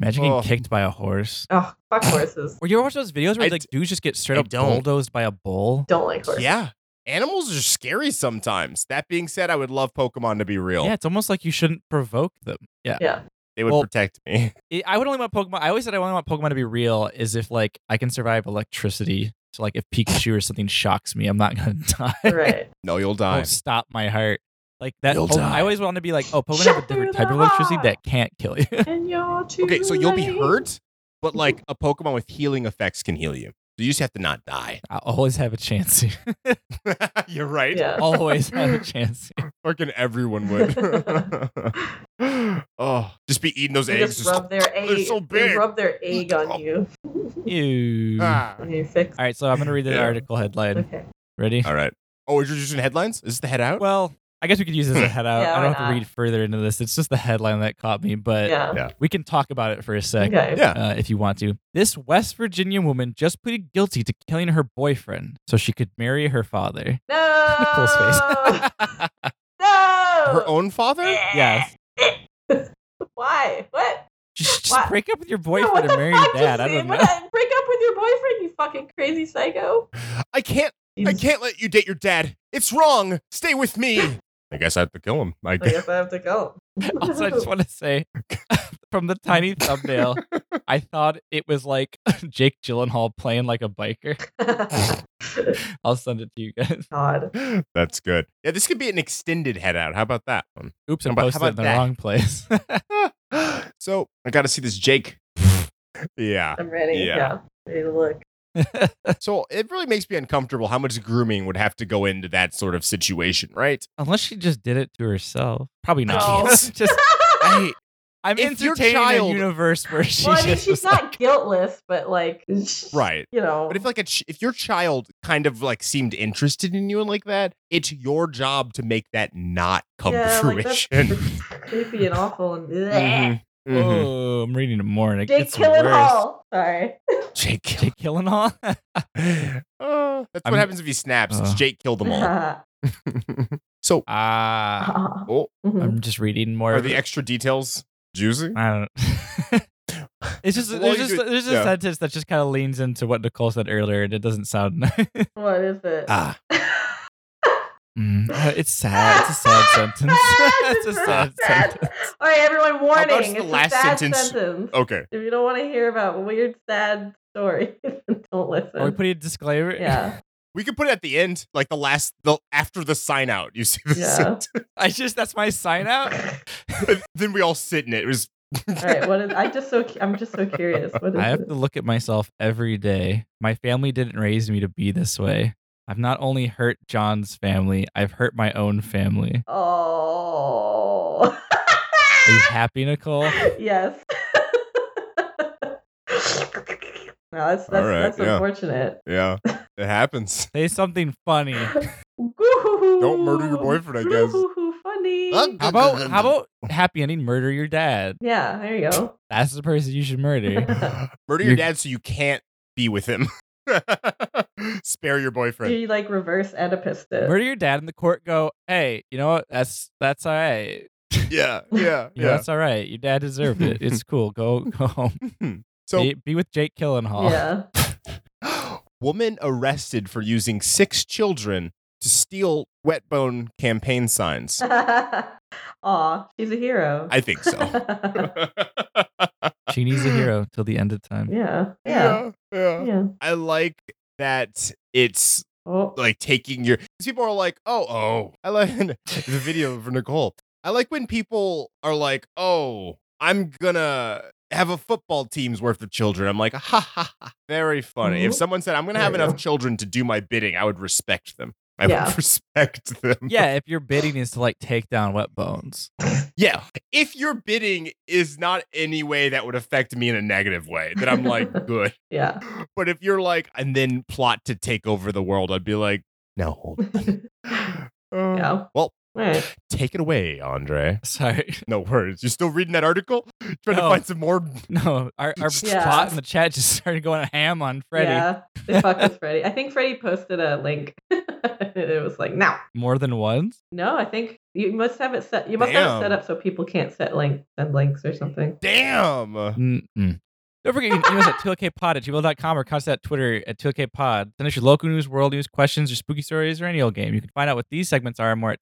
Imagine getting
Oh.
kicked by a horse.
oh, fuck horses.
Or you ever watch those videos where
I
like dudes just get straight
I
up
don't.
bulldozed by a bull?
Don't like horses.
Yeah. Animals are scary sometimes. That being said, I would love Pokemon to be real.
Yeah, it's almost like you shouldn't provoke them. Yeah.
<laughs> They would
Well-
protect me. <laughs>
It- I would only want Pokemon. I always said I only want Pokemon to be real is if like I can survive electricity. So like if Pikachu or something shocks me, I'm not gonna <laughs> die.
Right.
No, you'll
It'll
die.
<laughs> stop my heart. Like that.
You'll
Poke-
die.
I always want to be like, oh, Pokemon
Shut
have a different
through
type of
the
electricity
heart.
that can't kill you. <laughs>
And you're too
Okay, so you'll be
late.
hurt, but like a Pokemon with healing effects can heal you. So you just have to not die.
I always have a chance.
You're right.
Yeah.
<laughs> always have
<laughs>
a chance.
Fucking everyone would. <laughs> oh, just be eating those
They
eggs.
just rub their egg.
they're so
They
big. Oh.
rub their egg on you.
Ew.
<laughs>
<laughs>
Ah.
and you fix.
All right, so I'm gonna read the
Yeah.
article headline.
Okay.
Ready?
All right. Oh, is you just in headlines? Is this the head out?
Well, I guess we could use this as
<laughs>
a head out.
Yeah,
I
why
don't have
not?
to read further into this. It's just the headline that caught me, but
Yeah.
we can talk about it for a sec
Okay.
Yeah.
uh, if you want to. This West Virginia woman just pleaded guilty to killing her boyfriend so she could marry her father.
No.
Nicole's face.
<laughs> no.
her own father?
Eh.
yes.
Why? What?
Just, just
What?
break up with your
No, <laughs> what
boyfriend
the
and marry
fuck,
your dad. I
Jesse?
don't know.
What the- break up with your boyfriend, you fucking crazy psycho.
I can't. I can't let you date your dad. It's wrong. Stay with me. I guess I have to kill him. I
I
guess.
guess I have
<laughs>
to go.
<laughs> Also, I just want to say from the
<laughs>
tiny thumbnail, I thought it was like <laughs> Jake Gyllenhaal playing like a biker. I'll send it to you
<laughs>
guys. <laughs>
God.
<laughs> That's good. Yeah, this could be an extended head out. How about that <gasps> one?
Oops,
How
I
about- how
posted it in
about
the
that?
wrong place. <laughs>
so I got to see this Jake. <laughs>
<laughs>
yeah.
I'm ready.
Yeah.
Yeah. Ready to look.
So it really makes me uncomfortable how much grooming would have to go into that sort of situation, right?
Unless she just did it to herself. Probably not.
No.
<laughs> just
<laughs>
<laughs>
I,
I'm
If your
entertaining
child-
a universe where she
well, I mean,
just
she's
was
not
like,
guiltless, but like,
right.
You know.
But if like a ch- if your child kind of like seemed interested in you and like that, it's your job to make that not come
yeah,
to
like, that's <laughs>
fruition.
creepy and awful and.
Mhm. Mhm.
"Whoa, Oh, I'm reading it more and it
Jake
gets worse." <laughs>
Gyllenhaal. Sorry.
Jake
Jake <laughs> Gyllenhaal.
Uh, that's
I'm-
what happens if he snaps. it's
Uh.
Jake killed them
<laughs>
all. so
Ah,
oh,
Mhm.
I'm just reading more.
<laughs> are
of
the
it.
extra details juicy?
I don't. <laughs> it's just
Well,
there's
you
just
could-
there's
yeah.
a sentence that just kind of leans into what Nicole said earlier, and it doesn't sound. <laughs> nice.
What is it? <laughs>
Ah,
Mm, <laughs> uh, it's sad. It's a sad <laughs> sentence.
<laughs>
it's a
This is
sad
sad.
sentence.
All right, everyone, warning.
about just the
it's
last
a sad
sentence?
sentence.
Oh.
okay.
If you don't want to hear about weird, sad stories, <laughs> don't listen.
Are we putting a disclaimer?
yeah,
We could put it at the end, like the last, the after the sign out. You <laughs> see this?
yeah.
<laughs> I just that's my sign out.
then we all sit in it. It was
All right, what is? I just so cu- I'm
<laughs>
just so curious. What is
I have
it?
to look at myself every day. My family didn't raise me to be this way. I've not only hurt John's family, I've hurt my own family.
Oh.
Are you happy, Nicole?
<laughs> yes. <laughs> no, that's that's,
right,
that's
yeah.
unfortunate.
yeah. It happens.
Say something funny. How
Don't
murder your boyfriend, I guess.
Funny.
about how about happy ending? Murder your dad.
Yeah, there you go.
That's the person you should murder.
murder your
You're-
dad so you can't be with him? <laughs> Spare your
Do
boyfriend.
you like reverse Oedipus it?
Murder your dad, and the court go, "Hey, you know what? That's that's all right.
<laughs> Yeah, yeah,
You know, that's all right. Your dad deserved it. It's cool. Go <laughs> go home.
So
be, be with Jake Killenhall.
Yeah.
<gasps> Woman arrested for using six children to steal wet bone campaign signs. <laughs>
<laughs> Aw, she's a hero.
I think
<laughs>
so.
<laughs>
<laughs>
She needs a hero till the end of time.
yeah. Yeah.
yeah.
Yeah.
I like that it's
Oh.
like taking your 'cause people are like, oh, oh. I like <laughs> the video for Nicole. I like when people are like, oh, I'm gonna have a football team's worth of children. I'm like, <laughs> ha ha ha. Very funny. If
Mhm.
someone said, I'm gonna have
There you
enough
go.
children to do my bidding, I would respect them. I
Yeah.
would <laughs> respect them.
Yeah, if your bidding is to like take down wet bones.
<laughs>
<laughs>
Yeah. If your bidding is not any way that would affect me in a negative way, then I'm like, good. <sighs>
yeah.
But if you're like, and then plot to take over the world, I'd be like, no, hold on.
yeah.
Well,
All
<sighs>
right.
Take it away, Andre. <laughs>
Sorry. <laughs>
No words. You're still reading that article? <laughs> Trying to
No.
find some more.
No, our, our
Yeah.
bot in the chat just started going ham on Freddy.
Yeah, they
<laughs>
fucked with Freddy. I think Freddy posted a link. <laughs> it was like, no,
More than once?
no. I think you must have it set. You must have it set
Damn.
up so people can't set link send links or something.
Damn.
Um, Mm-mm. Mm, Don't forget, you can email us at 2lkpod at gmail.com or contact us at Twitter at 2lkpod. Send us your local news, world news, questions, or spooky stories, or any old game. You can find out what these segments are and more at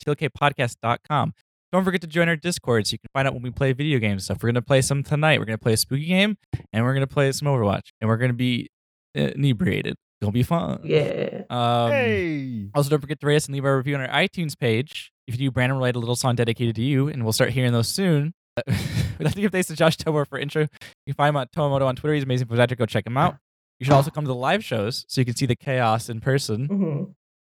2lkpodcast.com. Don't forget to join our Discord so you can find out when we play video game stuff. We're going to play some tonight. We're going to play a spooky game, and we're going to play some Overwatch. And we're going to be inebriated. It's going to be fun.
Yeah.
Um,
hey.
Also, don't forget to rate us and leave our review on our iTunes page. If you do, Brandon will write a little song dedicated to you, and we'll start hearing those soon. <laughs> We'd like to give thanks to Josh Tomor for intro. You can find him at Tomomoto on Twitter. He's an amazing producer. Go check him out. You should also come to the live shows so you can see the chaos in person.
hmm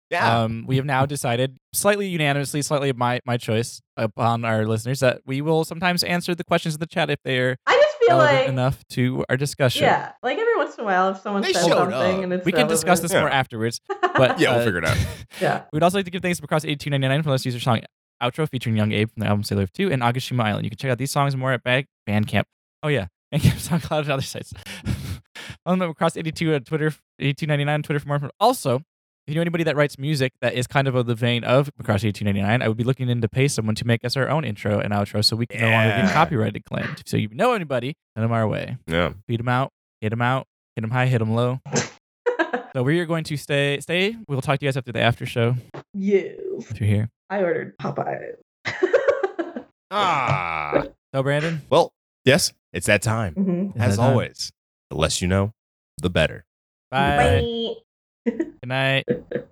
Yeah.
Um, we have now decided, slightly unanimously, slightly my, my choice upon our listeners, that we will sometimes answer the questions in the chat if they are
I just feel
relevant
like
enough to our discussion.
yeah, like every once in a while, if someone
They
says
showed
something
up.
and it's
We can discuss this
Yeah.
more afterwards. But
Yeah, we'll
uh,
figure it out.
<laughs>
Yeah. <laughs>
We'd also like to give thanks to Across 8299 for let's use their song Outro featuring Young Abe from the album Sailor 2 and Agashima Island. You can check out these songs and more at Bag- Bandcamp. Oh, yeah. <laughs> Bandcamp, SoundCloud, and other sites. <laughs> On the Across 82 on Twitter, 8299 on Twitter for more. info. Also, if you know anybody that writes music that is kind of of the vein of Across 8299, I would be looking in to pay someone to make us our own intro and outro so we can no longer
Yeah.
get copyrighted claimed. So if you know anybody, send them our way.
yeah.
Beat them out, hit them out, hit them high, hit them low. So we are going to stay. Stay. We'll talk to you guys after the after show
yes.
if you're here.
I ordered Popeyes. <laughs>
Ah.
So Brandon,
Well, yes, it's that time.
hmm
Is
As
that time?
always, the less you know, the better.
Bye.
Bye.
Good night.